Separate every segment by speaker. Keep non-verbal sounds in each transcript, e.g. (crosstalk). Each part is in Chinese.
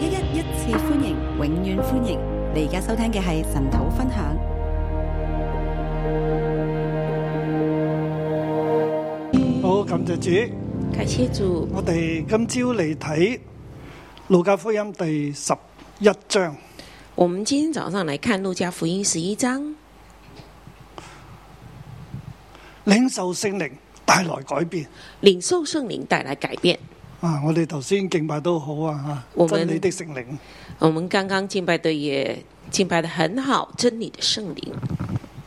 Speaker 1: 次歡迎，永遠歡迎！你而家收聽嘅係神土分享。
Speaker 2: 好，感謝主。
Speaker 3: 感谢主，
Speaker 2: 我哋今朝嚟睇路加福音第十一章。
Speaker 3: 我们今天早上来看《路加福音》十一章，
Speaker 2: 領受聖靈帶來改變
Speaker 3: 领受圣灵带来改变。
Speaker 2: 啊！我哋頭先敬拜都好啊，吓
Speaker 3: 我
Speaker 2: 真
Speaker 3: 們
Speaker 2: 理的聖靈。
Speaker 3: 我们刚刚敬拜的也敬拜的很好，真理的圣灵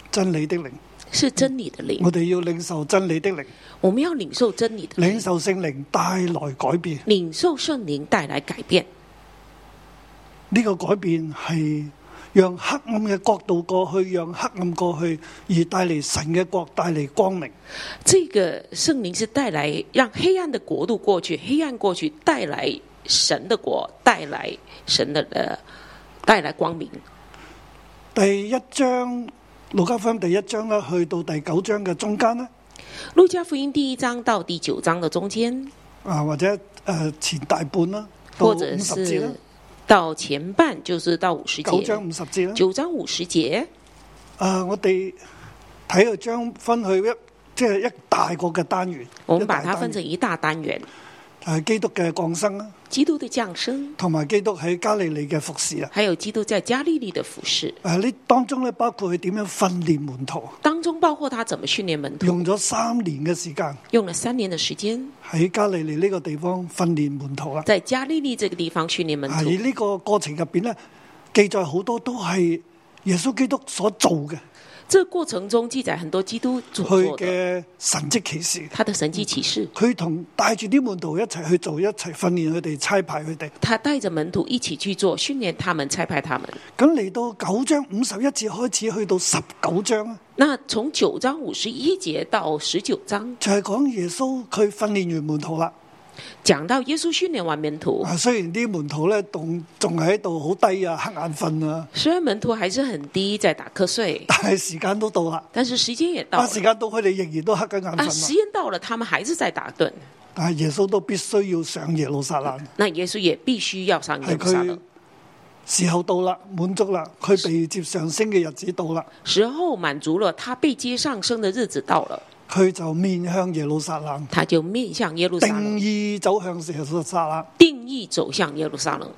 Speaker 2: 真理的靈，
Speaker 3: 是真理的灵，
Speaker 2: 我哋要領受真理的靈，
Speaker 3: 我们要领受真理的
Speaker 2: 領
Speaker 3: 灵，
Speaker 2: 受聖靈帶來改變。
Speaker 3: 领受圣灵带来改变。
Speaker 2: 呢、個改變係讓黑暗嘅國度過去，讓黑暗過去，而帶嚟神嘅國，帶嚟光明。
Speaker 3: 这个圣灵是带来让黑暗的国度过去，黑暗过去带来神的国，带来神的呃，带来光明。
Speaker 2: 第一章路加福音第一章咧，去到第九章嘅中間咧，
Speaker 3: 路加福音第一章到第九章的中间，
Speaker 2: 啊或者诶、呃前大半啦，到
Speaker 3: 或
Speaker 2: 五
Speaker 3: 者
Speaker 2: 十節啦
Speaker 3: 是，到前半，就是到五十
Speaker 2: 九
Speaker 3: 节，
Speaker 2: 章五十節啦。
Speaker 3: 九章五十节，
Speaker 2: 啊，我哋睇佢將分去一即係一大個嘅單元，
Speaker 3: 我
Speaker 2: 一
Speaker 3: 们
Speaker 2: 大
Speaker 3: 把它分成一大單元：
Speaker 2: 單元係基督嘅降生啦，
Speaker 3: 基督的降生，
Speaker 2: 同埋基督喺加利利嘅服侍啊。
Speaker 3: 还有基督在加利利的服饰，
Speaker 2: 誒呢當中咧，包括佢點樣訓練門徒，
Speaker 3: 当中包括他怎么訓練門徒，
Speaker 2: 用咗三年嘅時間
Speaker 3: 用了三年的時間
Speaker 2: 喺加利利呢個地方訓練門徒啦。
Speaker 3: 在加利利這個地方訓練門
Speaker 2: 啊，而
Speaker 3: 徒。
Speaker 2: 呢個過程入邊咧，記載好多都係耶穌基督所做嘅，
Speaker 3: 这個過程中記載很多基督所
Speaker 2: 佢
Speaker 3: 做的，
Speaker 2: 嘅神蹟奇事。
Speaker 3: 他的神迹启示，
Speaker 2: 佢同帶住啲門徒一齊去做，一齊訓練佢哋，差派佢哋。
Speaker 3: 他帶着門徒一起去做訓練，他們差派他們。
Speaker 2: 咁嚟到九章五十一節開始，去到十九章啊，
Speaker 3: 那從九章五十一節到十九章，
Speaker 2: 就係、講耶穌佢訓練完門徒啦。
Speaker 3: 講到耶穌訓練完門徒，
Speaker 2: 啊，雖然啲門徒咧仲仲喺度好低啊，黑眼瞓啊， (laughs)
Speaker 3: 虽然門徒還是很低，在打瞌睡，
Speaker 2: 但係時間都到啦。
Speaker 3: 但是時間也到
Speaker 2: 啊，
Speaker 3: 了
Speaker 2: 時間到，佢哋仍然都黑緊眼
Speaker 3: 啊，
Speaker 2: 瞓
Speaker 3: 時
Speaker 2: 啦。
Speaker 3: 間到了，他們還是在打盹。
Speaker 2: 但係耶穌都必須要上耶路撒冷，
Speaker 3: 那耶穌也必須要嗯上耶
Speaker 2: 係
Speaker 3: 路撒冷
Speaker 2: 佢。時候到啦，滿足啦，佢被接上升嘅日子到啦，
Speaker 3: 時候滿足了，他被接上升的日子到了，
Speaker 2: 佢就面向耶路撒冷，
Speaker 3: 他就面向耶路
Speaker 2: 定
Speaker 3: 撒冷，
Speaker 2: 義走向耶路撒冷。
Speaker 3: 定義走向耶路撒冷。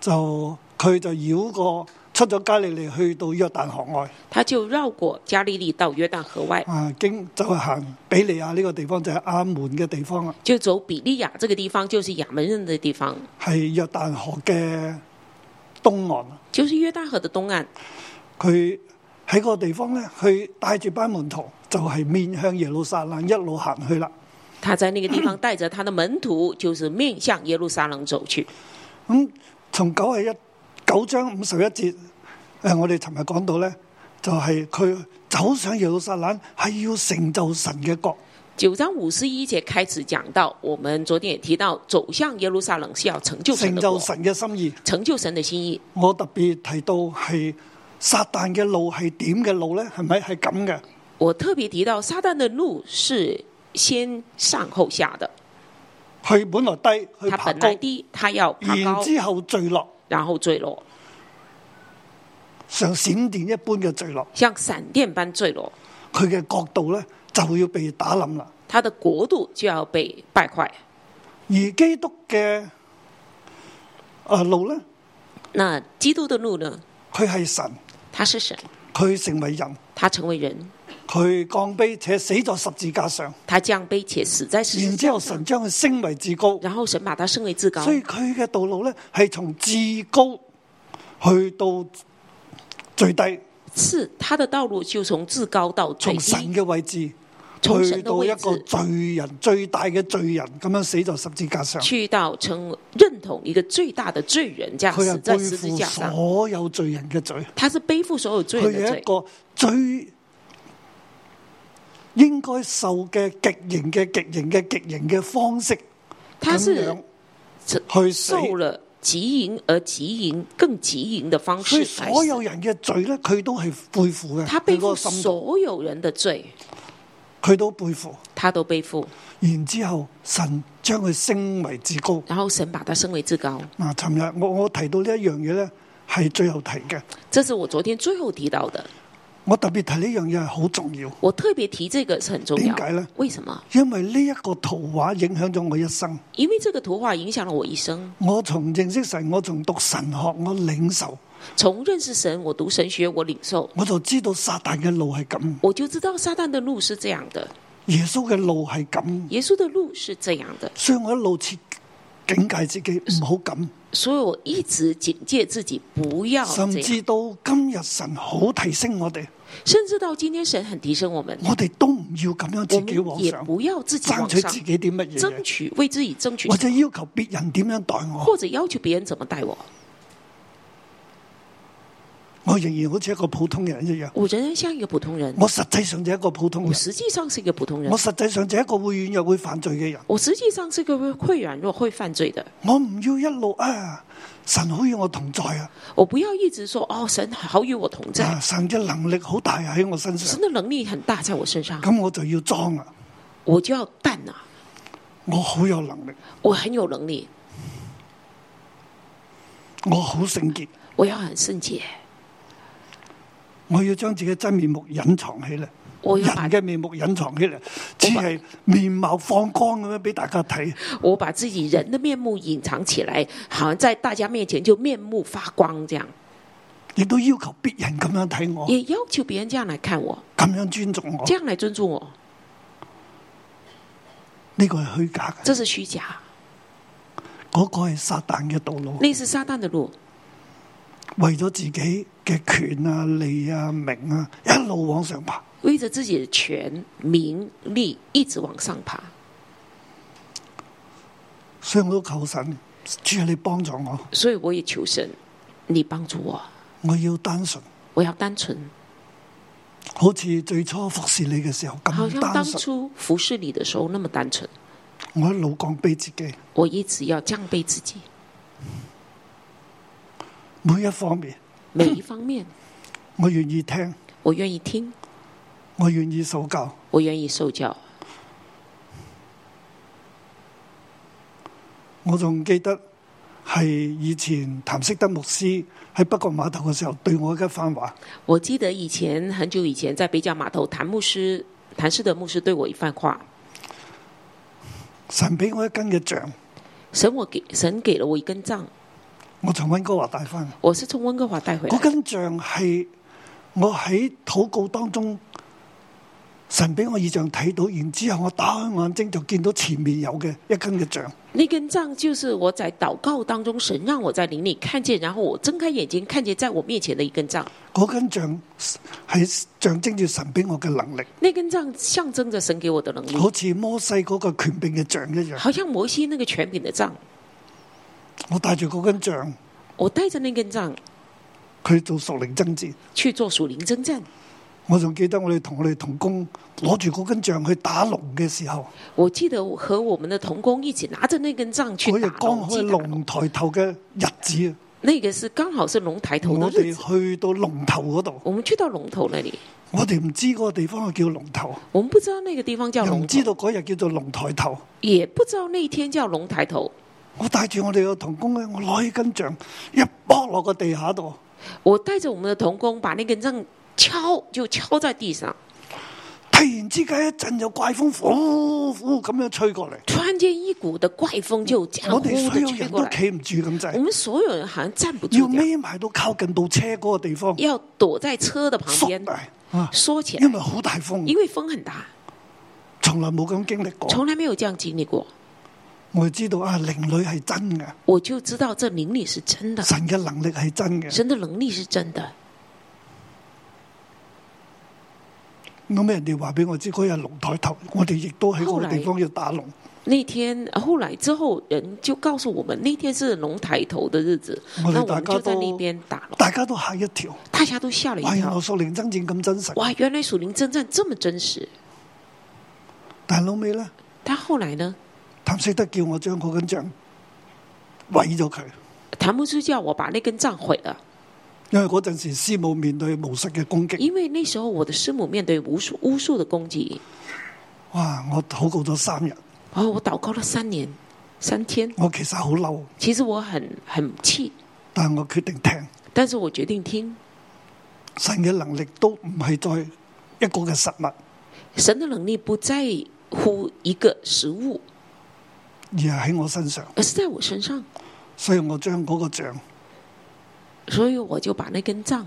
Speaker 2: 就佢就繞過出咗加利利，去到約旦河外
Speaker 3: 他就繞過加利利到約旦河外，
Speaker 2: 啊，經就係行比利亞呢個地方，就係、亞門嘅地方啦，
Speaker 3: 就走比利亞這個地方，就是亞門人的地方，
Speaker 2: 係約旦河嘅東岸。啊
Speaker 3: 就是約旦河的東岸。
Speaker 2: 佢喺個地方咧，佢帶住班門徒就係、面向耶路撒冷一路行去啦。
Speaker 3: 他在那個地方帶着他的門徒，就是面向耶路撒冷走去。
Speaker 2: 咁從九係一九章五十一節，誒、我哋尋日講到咧，就係、佢走上耶路撒冷係要成就神嘅國。
Speaker 3: 九章五十一節開始講到，我們昨天也提到，走向耶路撒冷是要成就神
Speaker 2: 成
Speaker 3: 的
Speaker 2: 就
Speaker 3: 國，
Speaker 2: 神嘅心意。
Speaker 3: 成就神的心意。
Speaker 2: 我特別提到係撒旦嘅路係點嘅路呢？係咪係咁嘅？
Speaker 3: 我特別提到撒旦的路是先上後下的，
Speaker 2: 佢本來低，佢
Speaker 3: 他
Speaker 2: 爬
Speaker 3: 本
Speaker 2: 高
Speaker 3: 來，低，他要爬
Speaker 2: 然
Speaker 3: 高，
Speaker 2: 之後墜落，
Speaker 3: 然後墜落，
Speaker 2: 像閃電一般嘅墜落。
Speaker 3: 像閃電般墜落，
Speaker 2: 佢嘅角度呢，就要被打冧啦。
Speaker 3: 他的國度就要被敗壞。
Speaker 2: 而基督嘅啊路呢，
Speaker 3: 那基督的路呢？
Speaker 2: 佢係神，
Speaker 3: 他是神，
Speaker 2: 佢成為人，
Speaker 3: 他成為人，
Speaker 2: 佢降卑且死在十字架上，
Speaker 3: 他降卑且死在十字
Speaker 2: 然之
Speaker 3: 架
Speaker 2: 後
Speaker 3: 上
Speaker 2: 神，將佢升為至高。
Speaker 3: 然後神把他升為至高，
Speaker 2: 所以佢嘅道路咧係從至高去到最低，
Speaker 3: 是他的道路就從至高到最
Speaker 2: 從神
Speaker 3: 低，
Speaker 2: 嘅位置
Speaker 3: 從
Speaker 2: 去
Speaker 3: 神的
Speaker 2: 到一
Speaker 3: 位
Speaker 2: 個
Speaker 3: 置
Speaker 2: 罪人最大嘅罪人咁樣死在十字架上，
Speaker 3: 去到成認同一個最大的罪人，這樣
Speaker 2: 佢
Speaker 3: 死
Speaker 2: 係
Speaker 3: 在
Speaker 2: 背
Speaker 3: 十字架
Speaker 2: 負
Speaker 3: 上。
Speaker 2: 所有罪人嘅罪，
Speaker 3: 他是背負所有罪
Speaker 2: 佢
Speaker 3: 人的
Speaker 2: 係一
Speaker 3: 罪，
Speaker 2: 個最應該受嘅極刑嘅極刑嘅極刑嘅方式
Speaker 3: 他
Speaker 2: 咁
Speaker 3: 是
Speaker 2: 樣
Speaker 3: 承
Speaker 2: 去死。
Speaker 3: 受了极刑而极刑更极刑的方
Speaker 2: 所以
Speaker 3: 式來
Speaker 2: 所有
Speaker 3: 死。
Speaker 2: 人嘅罪咧，佢都係背負嘅。
Speaker 3: 他背
Speaker 2: 佢個心
Speaker 3: 負
Speaker 2: 度
Speaker 3: 所有人的罪，
Speaker 2: 佢都背負。
Speaker 3: 他都背负，
Speaker 2: 然之後神將佢升為至高。
Speaker 3: 然后神把他升为至高。
Speaker 2: 嗱，尋日我我提到呢一樣嘢咧，係最後提嘅。
Speaker 3: 这是我昨天最后提到的，
Speaker 2: 我特別提呢樣嘢係好重要，
Speaker 3: 我特别提这个是很重
Speaker 2: 點
Speaker 3: 要
Speaker 2: 解呢。
Speaker 3: 为什么？
Speaker 2: 因為呢一個圖畫影響咗我一生。
Speaker 3: 因为这个图画影响了我一生。
Speaker 2: 我從認識神，我從讀神學，我領受，
Speaker 3: 从认识神，我读神学，我领受，
Speaker 2: 我就知道撒旦嘅路係咁，
Speaker 3: 我就知道撒旦的路是这样的，
Speaker 2: 耶穌嘅路係咁，
Speaker 3: 耶稣的路是这样的，
Speaker 2: 所以我一路切警戒自己唔好咁，
Speaker 3: 所以我一直警戒自己不要
Speaker 2: 甚
Speaker 3: 这样。
Speaker 2: 至到今日神好提升我哋，
Speaker 3: 甚至到今天，神很提升我们，
Speaker 2: 我哋都唔要咁樣
Speaker 3: 我
Speaker 2: 自己
Speaker 3: 们
Speaker 2: 往
Speaker 3: 也
Speaker 2: 上，
Speaker 3: 不要自己
Speaker 2: 爭
Speaker 3: 往
Speaker 2: 取
Speaker 3: 上
Speaker 2: 自己啲乜嘢
Speaker 3: 争
Speaker 2: 嘢，
Speaker 3: 取，为自己争取
Speaker 2: 或，者要求別人點樣待我，
Speaker 3: 或者要求别人怎么待我。
Speaker 2: 我仍然好似一個普通人一樣。
Speaker 3: 我仍然像一个普通人，
Speaker 2: 我實際上就係一個普通
Speaker 3: 我
Speaker 2: 人，
Speaker 3: 实际上是一个普通人
Speaker 2: 我，實際上就係一個會軟弱會犯罪嘅人。
Speaker 3: 我实际上是个会软弱、会犯罪的。
Speaker 2: 我唔要一路啊，神好與我同在啊，
Speaker 3: 我不要一直说哦，神好与我同在
Speaker 2: 啊，神嘅能力好大喺我身上
Speaker 3: 神，的能力很大，在我身上，
Speaker 2: 咁我就要裝啦。
Speaker 3: 我就要淡啊，
Speaker 2: 我好有能力，
Speaker 3: 我很有能力，
Speaker 2: 我好聖潔，
Speaker 3: 我要很圣洁，
Speaker 2: 我要將自己真面目隱藏起嚟。
Speaker 3: 我
Speaker 2: 人
Speaker 3: 要把
Speaker 2: 嘅面目隱藏起嚟，只係面貌放光咁樣俾大家睇。
Speaker 3: 我把自己人的面目隐藏起来，好像在大家面前就面目发光这样，
Speaker 2: 亦都要求別人咁樣睇我，
Speaker 3: 也要求别人这样来看我，
Speaker 2: 咁樣尊重我
Speaker 3: 这。样来尊重我，
Speaker 2: 呢個係虛假嘅，
Speaker 3: 这是虚假，
Speaker 2: 嗰個係撒旦嘅道路，
Speaker 3: 那是撒旦的路，
Speaker 2: 為咗自己嘅權啊、利啊、名啊，一路往上爬。
Speaker 3: 为着自己的权、名利一直往上爬。
Speaker 2: 所以我都求神，主啊，你幫助我，
Speaker 3: 所以我也求神，你帮助我，
Speaker 2: 我要單純，
Speaker 3: 我要单纯，
Speaker 2: 好似最初服侍你嘅時候
Speaker 3: 好
Speaker 2: 咁
Speaker 3: 像当
Speaker 2: 單純。
Speaker 3: 初服侍你的时候那么单纯。
Speaker 2: 我一路降卑自己，
Speaker 3: 我一直要降卑自己，
Speaker 2: 每一方面，
Speaker 3: 每一方面，
Speaker 2: 我願意聽，
Speaker 3: 我愿意听，
Speaker 2: 我願意受教，
Speaker 3: 我愿意受教。
Speaker 2: 我仲記得係以前譚式德牧師喺北角碼頭嘅時候對我嘅一番話，
Speaker 3: 我记得以前很久以前在北角码头，谭牧师、谭士德牧师对我一番话：
Speaker 2: 神俾我一根嘅杖，
Speaker 3: 神我给神给了我一根杖，
Speaker 2: 我從温哥華帶翻。
Speaker 3: 我是从温哥华带回来
Speaker 2: 嗰
Speaker 3: 的。
Speaker 2: 根杖係我喺禱告當中，神俾我異象睇到，然之後我打開眼睛就見到前面有嘅一根嘅杖。
Speaker 3: 那根杖就是我在祷告当中，神让我在灵里看见，然后我睁开眼睛看见在我面前的一根杖。
Speaker 2: 嗰根杖係象徵住神俾我嘅能力，
Speaker 3: 那根杖象征着神给我的能力，
Speaker 2: 好似摩西嗰個權柄嘅杖一樣。
Speaker 3: 好像摩西那个权柄的杖。
Speaker 2: 我帶住嗰根杖
Speaker 3: 我带着那根杖
Speaker 2: 去做屬靈爭戰。
Speaker 3: 去做属灵征战。
Speaker 2: 我仲記得我哋同我哋同工攞住嗰根杖去打龍嘅時候，
Speaker 3: 我记得我和我们的童工一起拿着那根杖去
Speaker 2: 嗰
Speaker 3: 打
Speaker 2: 日剛
Speaker 3: 龙
Speaker 2: 好
Speaker 3: 击
Speaker 2: 係
Speaker 3: 打龙，
Speaker 2: 龍抬頭嘅日子啊！
Speaker 3: 那个是刚好是龙抬头的
Speaker 2: 我
Speaker 3: 日
Speaker 2: 哋
Speaker 3: 子。
Speaker 2: 去到龍頭嗰度，
Speaker 3: 我们去到龙头那里，
Speaker 2: 我哋唔知嗰個地方叫龍頭，
Speaker 3: 我们不知道那个地方叫
Speaker 2: 又唔
Speaker 3: 龙头，
Speaker 2: 知道嗰日叫做龍抬頭。
Speaker 3: 也不知道那天叫龙抬头。
Speaker 2: 我帶住我哋嘅童工咧，我攞起根杖一剝落個地下度，
Speaker 3: 我带着我们的童工把那根杖敲，就敲在地上。
Speaker 2: 突然之間一陣有怪風，呼呼咁樣吹過嚟，
Speaker 3: 突然间，一股的怪风就这样
Speaker 2: 我
Speaker 3: 呼
Speaker 2: 哋所
Speaker 3: 的
Speaker 2: 有
Speaker 3: 吹
Speaker 2: 人
Speaker 3: 过
Speaker 2: 都
Speaker 3: 来，
Speaker 2: 企唔住咁
Speaker 3: 我
Speaker 2: 滯，
Speaker 3: 们所有人好像站不住
Speaker 2: 要
Speaker 3: 这样，
Speaker 2: 孭埋到靠近部車嗰個地方
Speaker 3: 要躲在车的旁
Speaker 2: 縮
Speaker 3: 边
Speaker 2: 埋啊，
Speaker 3: 缩起来
Speaker 2: 因，為好大風
Speaker 3: 因，为风很大，
Speaker 2: 從來冇咁經歷過。
Speaker 3: 从来没有这样经历过。
Speaker 2: 我哋知道啊，靈女係真嘅，
Speaker 3: 我就知道这灵力是真的，
Speaker 2: 神嘅能力係真嘅，
Speaker 3: 神的能力是真的。
Speaker 2: 咁人哋話俾我知嗰日龍抬頭，我哋亦都喺嗰
Speaker 3: 後
Speaker 2: 個
Speaker 3: 來
Speaker 2: 地方要打龍。
Speaker 3: 那天后来之后，人就告诉我们，那天是龙抬头的日子，
Speaker 2: 我哋
Speaker 3: 那我
Speaker 2: 大
Speaker 3: 们
Speaker 2: 家
Speaker 3: 就在那
Speaker 2: 都
Speaker 3: 边打了，
Speaker 2: 大家都嚇一跳，
Speaker 3: 大家都吓了
Speaker 2: 哇！
Speaker 3: 一
Speaker 2: 原來
Speaker 3: 跳。
Speaker 2: 數靈爭戰咁真實，
Speaker 3: 哇，原来属灵征战这么真实。
Speaker 2: 但係老尾咧，
Speaker 3: 但后来呢，
Speaker 2: 譚識德叫我將嗰根杖毀咗佢，
Speaker 3: 谭牧师叫我把那根杖毁了，
Speaker 2: 因為嗰陣時師母面對無實嘅攻擊，
Speaker 3: 因为那时候我的师母面对无数无数的攻击，
Speaker 2: 哇！我禱告咗三日，
Speaker 3: 哦，我祷告了三年三天，
Speaker 2: 我其實好嬲，
Speaker 3: 其实我很很气，
Speaker 2: 但我決定聽。
Speaker 3: 但是我决定聽
Speaker 2: 神嘅能力都唔係再一個嘅實物，
Speaker 3: 神的能力不在乎一个食物，
Speaker 2: 而係喺我身上。
Speaker 3: 而是在我身上，
Speaker 2: 所以我將嗰個像
Speaker 3: 所以我就把那根杖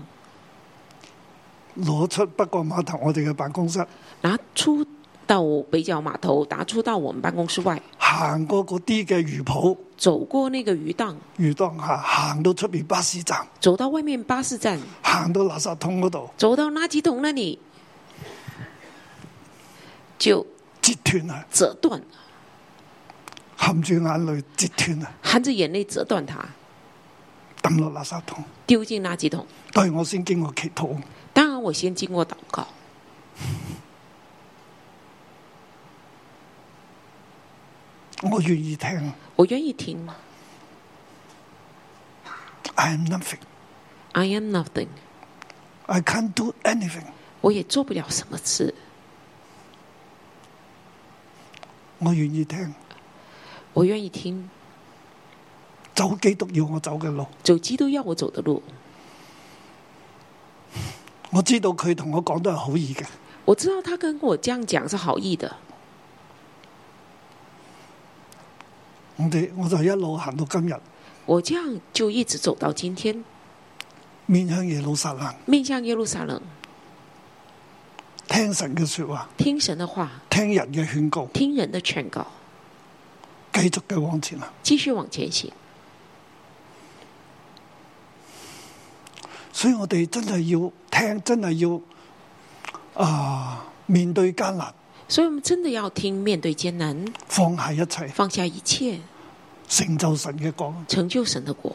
Speaker 2: 攞出北角碼頭我哋嘅辦公室，
Speaker 3: 拿出到北角码头，拿出到我们办公室外，
Speaker 2: 行過嗰啲嘅魚鋪、
Speaker 3: 走过那个鱼档，
Speaker 2: 魚檔下，行到出面巴士站，
Speaker 3: 走到外面巴士站，
Speaker 2: 行到垃圾桶嗰度，
Speaker 3: 走到垃圾桶那里，就
Speaker 2: 截斷啊！
Speaker 3: 折断，
Speaker 2: 含住眼淚截斷啊！
Speaker 3: 含着眼泪折断它，
Speaker 2: 抌落垃圾桶。
Speaker 3: 丢进垃圾桶。
Speaker 2: 對我先經過祈禱，
Speaker 3: 当然，我先经过祷告，
Speaker 2: 我願意聽。
Speaker 3: 我愿意听。
Speaker 2: I am nothing,
Speaker 3: I am nothing，
Speaker 2: I can't do anything。
Speaker 3: 我也做不了什么事，
Speaker 2: 我願意聽，
Speaker 3: 我愿意听
Speaker 2: 走基督要我走嘅路。
Speaker 3: 走基督要我走的路。
Speaker 2: 我知道佢同我講都係好易嘅，
Speaker 3: 我知道他跟我这样讲是好意的，
Speaker 2: 我哋我就一路行到今日，
Speaker 3: 我这样就一直走到今天，
Speaker 2: 面向耶路撒冷，
Speaker 3: 面向耶路撒冷，
Speaker 2: 聽神嘅说話，
Speaker 3: 听神的话，
Speaker 2: 聽人嘅勸告，
Speaker 3: 听人的劝告，
Speaker 2: 繼續嘅往前行。
Speaker 3: 继续往前行。
Speaker 2: 所以我哋真係要聽，真係要啊、面對艱難，
Speaker 3: 所以，我们真的要听，面对艰难，
Speaker 2: 放下一切，
Speaker 3: 放下一切，
Speaker 2: 成就神嘅講。
Speaker 3: 成就神的果。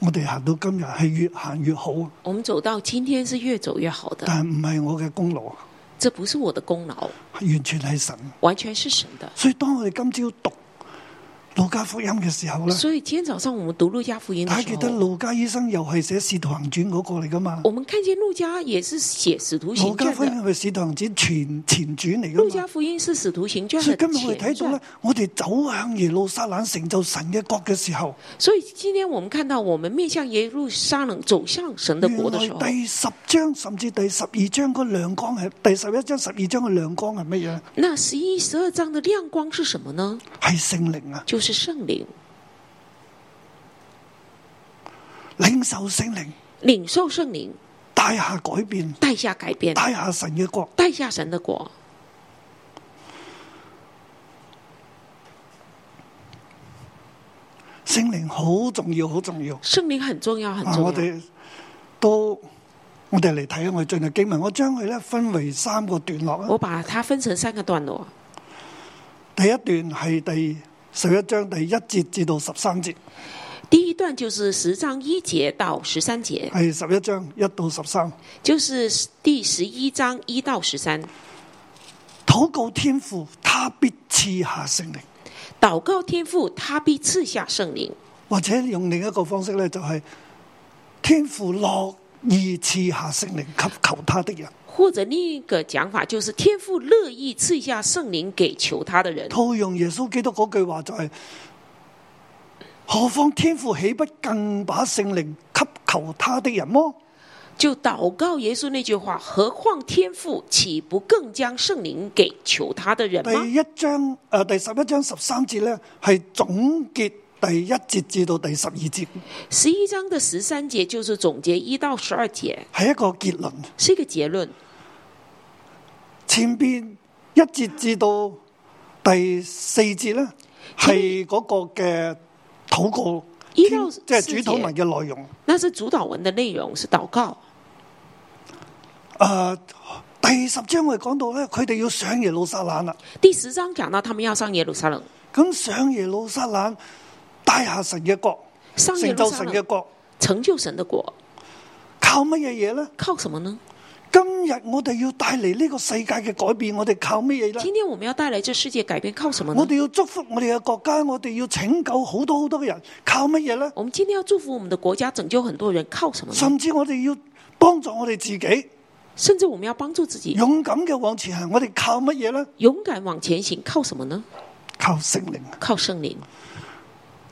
Speaker 2: 我哋行到今日係越行越好，
Speaker 3: 我们走到今天是越走越好的，
Speaker 2: 但唔係我嘅功勞，
Speaker 3: 这不是我的功劳，
Speaker 2: 完全係神。
Speaker 3: 完全是神的。
Speaker 2: 所以當我哋今朝讀路加福音嘅時候咧，
Speaker 3: 所以今天早上我們讀路加福音的
Speaker 2: 大家
Speaker 3: 时
Speaker 2: 記得
Speaker 3: 候，
Speaker 2: 路加醫生又係寫《使徒行傳》嗰個嚟噶嘛？
Speaker 3: 我們看見路加也是写使徒
Speaker 2: 路
Speaker 3: 行
Speaker 2: 加
Speaker 3: 传
Speaker 2: 福音
Speaker 3: 的，
Speaker 2: 係《使徒行傳》前前傳嚟
Speaker 3: 路
Speaker 2: 噶
Speaker 3: 加
Speaker 2: 嘛？
Speaker 3: 福音是使徒行传
Speaker 2: 所
Speaker 3: 的
Speaker 2: 以今日我哋
Speaker 3: 前
Speaker 2: 睇到
Speaker 3: 传
Speaker 2: 咧。，我哋走向耶路撒冷成就神嘅國嘅時候，
Speaker 3: 所以今天我们看到，我们面向耶路撒冷走向神的
Speaker 2: 原
Speaker 3: 国的
Speaker 2: 來
Speaker 3: 时候，
Speaker 2: 第十章甚至第十二章嗰亮光係第十一章、十二章嘅亮光係乜嘢？
Speaker 3: 那十一、十二章的亮光是什么呢？
Speaker 2: 係聖靈啊，
Speaker 3: 就是圣灵，
Speaker 2: 領受聖靈，
Speaker 3: 领受圣灵，
Speaker 2: 帶下改變，
Speaker 3: 带下改变，
Speaker 2: 帶下神嘅國。
Speaker 3: 带下神的国。
Speaker 2: 聖靈好重要，好重要。
Speaker 3: 圣灵很重要，很
Speaker 2: 啊！我
Speaker 3: 重要。
Speaker 2: 哋都我哋嚟睇，我哋進入經文，我將佢咧分為三個段落啦
Speaker 3: 我把它分成三个段落，
Speaker 2: 第一段係第十一章第一節至到十三節，
Speaker 3: 第一段就是十章一节到十三节，
Speaker 2: 係十一章一到十三。
Speaker 3: 就是第十一章一到十三，
Speaker 2: 禱告天父，他必賜下聖靈，
Speaker 3: 祷告天父，他必赐下圣灵，
Speaker 2: 或者用另一個方式咧，就係天父樂意賜下聖靈給求他的人。
Speaker 3: 或者另一个讲法就是天父乐意赐下圣灵给求他的人。
Speaker 2: 套用耶穌基督嗰句話就係、何況天父岂不更把聖靈給求他的人麼？
Speaker 3: 就祷告耶稣那句话：“何况天父，岂不更将圣灵给求他的人
Speaker 2: 第
Speaker 3: 吗
Speaker 2: 一章诶、呃第十一章十三節咧係總結第一節至到第十二節，？”
Speaker 3: 十一章的十三节就是总结一到十二节，
Speaker 2: 係一個結論。
Speaker 3: 是一个结论。
Speaker 2: 前邊一節至到第四節咧係嗰個嘅禱告，
Speaker 3: 一
Speaker 2: 天
Speaker 3: 到
Speaker 2: 即係
Speaker 3: 四節
Speaker 2: 主禱文嘅內容。
Speaker 3: 那是主导文的内容，是祷告。
Speaker 2: 诶、呃第十章我哋講到咧，佢哋要上耶路撒冷啦。
Speaker 3: 第十章讲到他们要上耶路撒冷，
Speaker 2: 咁上耶路撒冷，帶下神嘅國，
Speaker 3: 上耶
Speaker 2: 成
Speaker 3: 路
Speaker 2: 就
Speaker 3: 撒
Speaker 2: 神嘅
Speaker 3: 冷
Speaker 2: 國，
Speaker 3: 成就神的果，
Speaker 2: 靠乜嘢嘢咧？
Speaker 3: 靠什么呢？
Speaker 2: 今日我哋要帶嚟呢個世界嘅改變，我哋靠乜嘢咧？
Speaker 3: 今天我们要带来这世界改变，靠什么呢
Speaker 2: 我？哋要祝福我哋嘅國家，我哋要拯救好多好多嘅人，靠乜嘢呢？
Speaker 3: 我嗯们今天要祝福我们的国家，拯救很多人，靠什么呢？
Speaker 2: 甚至我哋要幫助我哋自己，
Speaker 3: 甚至我们要帮助自己
Speaker 2: 勇敢嘅往前行，我哋靠乜嘢呢？
Speaker 3: 勇敢往前行，靠什么呢？
Speaker 2: 靠聖靈。
Speaker 3: 靠圣灵。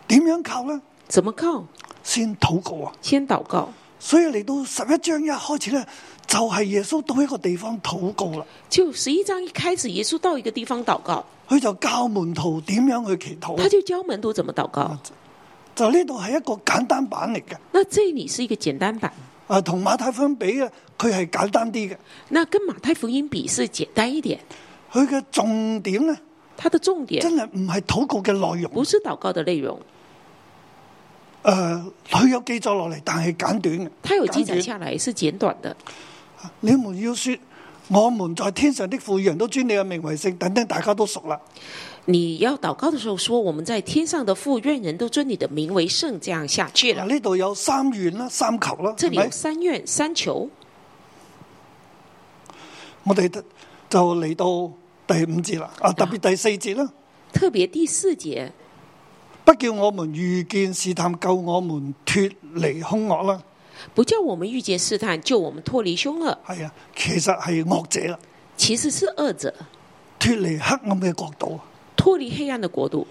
Speaker 2: 點樣靠呢？
Speaker 3: 怎么靠？
Speaker 2: 先禱告啊！
Speaker 3: 先祷告。
Speaker 2: 所以嚟到十一章一開始呢，就係耶穌到一個地方禱告啦，
Speaker 3: 就十一章一开始，耶稣到一个地方祷告，
Speaker 2: 佢就教門徒點樣去祈
Speaker 3: 他
Speaker 2: 禱。
Speaker 3: 就教门徒怎么祷告。
Speaker 2: 就呢度係一個簡單版嚟嘅，
Speaker 3: 那这里是一个简单版，
Speaker 2: 啊，同馬太福音比咧，佢係簡單啲嘅。
Speaker 3: 那跟马太福音比是简单一点，
Speaker 2: 佢嘅重點呢，
Speaker 3: 它的重点
Speaker 2: 真係唔係禱告嘅內容。
Speaker 3: 不是祷告的内容，
Speaker 2: 诶、佢有呃記載落嚟，但係簡短嘅。
Speaker 3: 它有记
Speaker 2: 簡
Speaker 3: 载
Speaker 2: 短
Speaker 3: 下来是简短的。
Speaker 2: 你們要說，我們在天上的父，人都尊你嘅名為聖，等等，大家都熟啦。
Speaker 3: 你要祷告的时候说：“我们在天上的父，愿人都尊你的名为圣。”这样下去
Speaker 2: 嗱，
Speaker 3: 了。
Speaker 2: 呢度有三願啦，三求啦，
Speaker 3: 这
Speaker 2: 係
Speaker 3: 里有
Speaker 2: 咪？
Speaker 3: 三愿三求，
Speaker 2: 我哋就嚟到第五節啦，啊，特別第四節啦。
Speaker 3: 特别第四节，
Speaker 2: 不叫我們遇見試探，救我們脱離兇惡啦。
Speaker 3: 不叫我们遇见试探，救我们脱离凶恶，
Speaker 2: 係啊，其實係惡者啦，
Speaker 3: 其实是恶者
Speaker 2: 脱離黑暗嘅國度。
Speaker 3: 脱离黑暗的国度。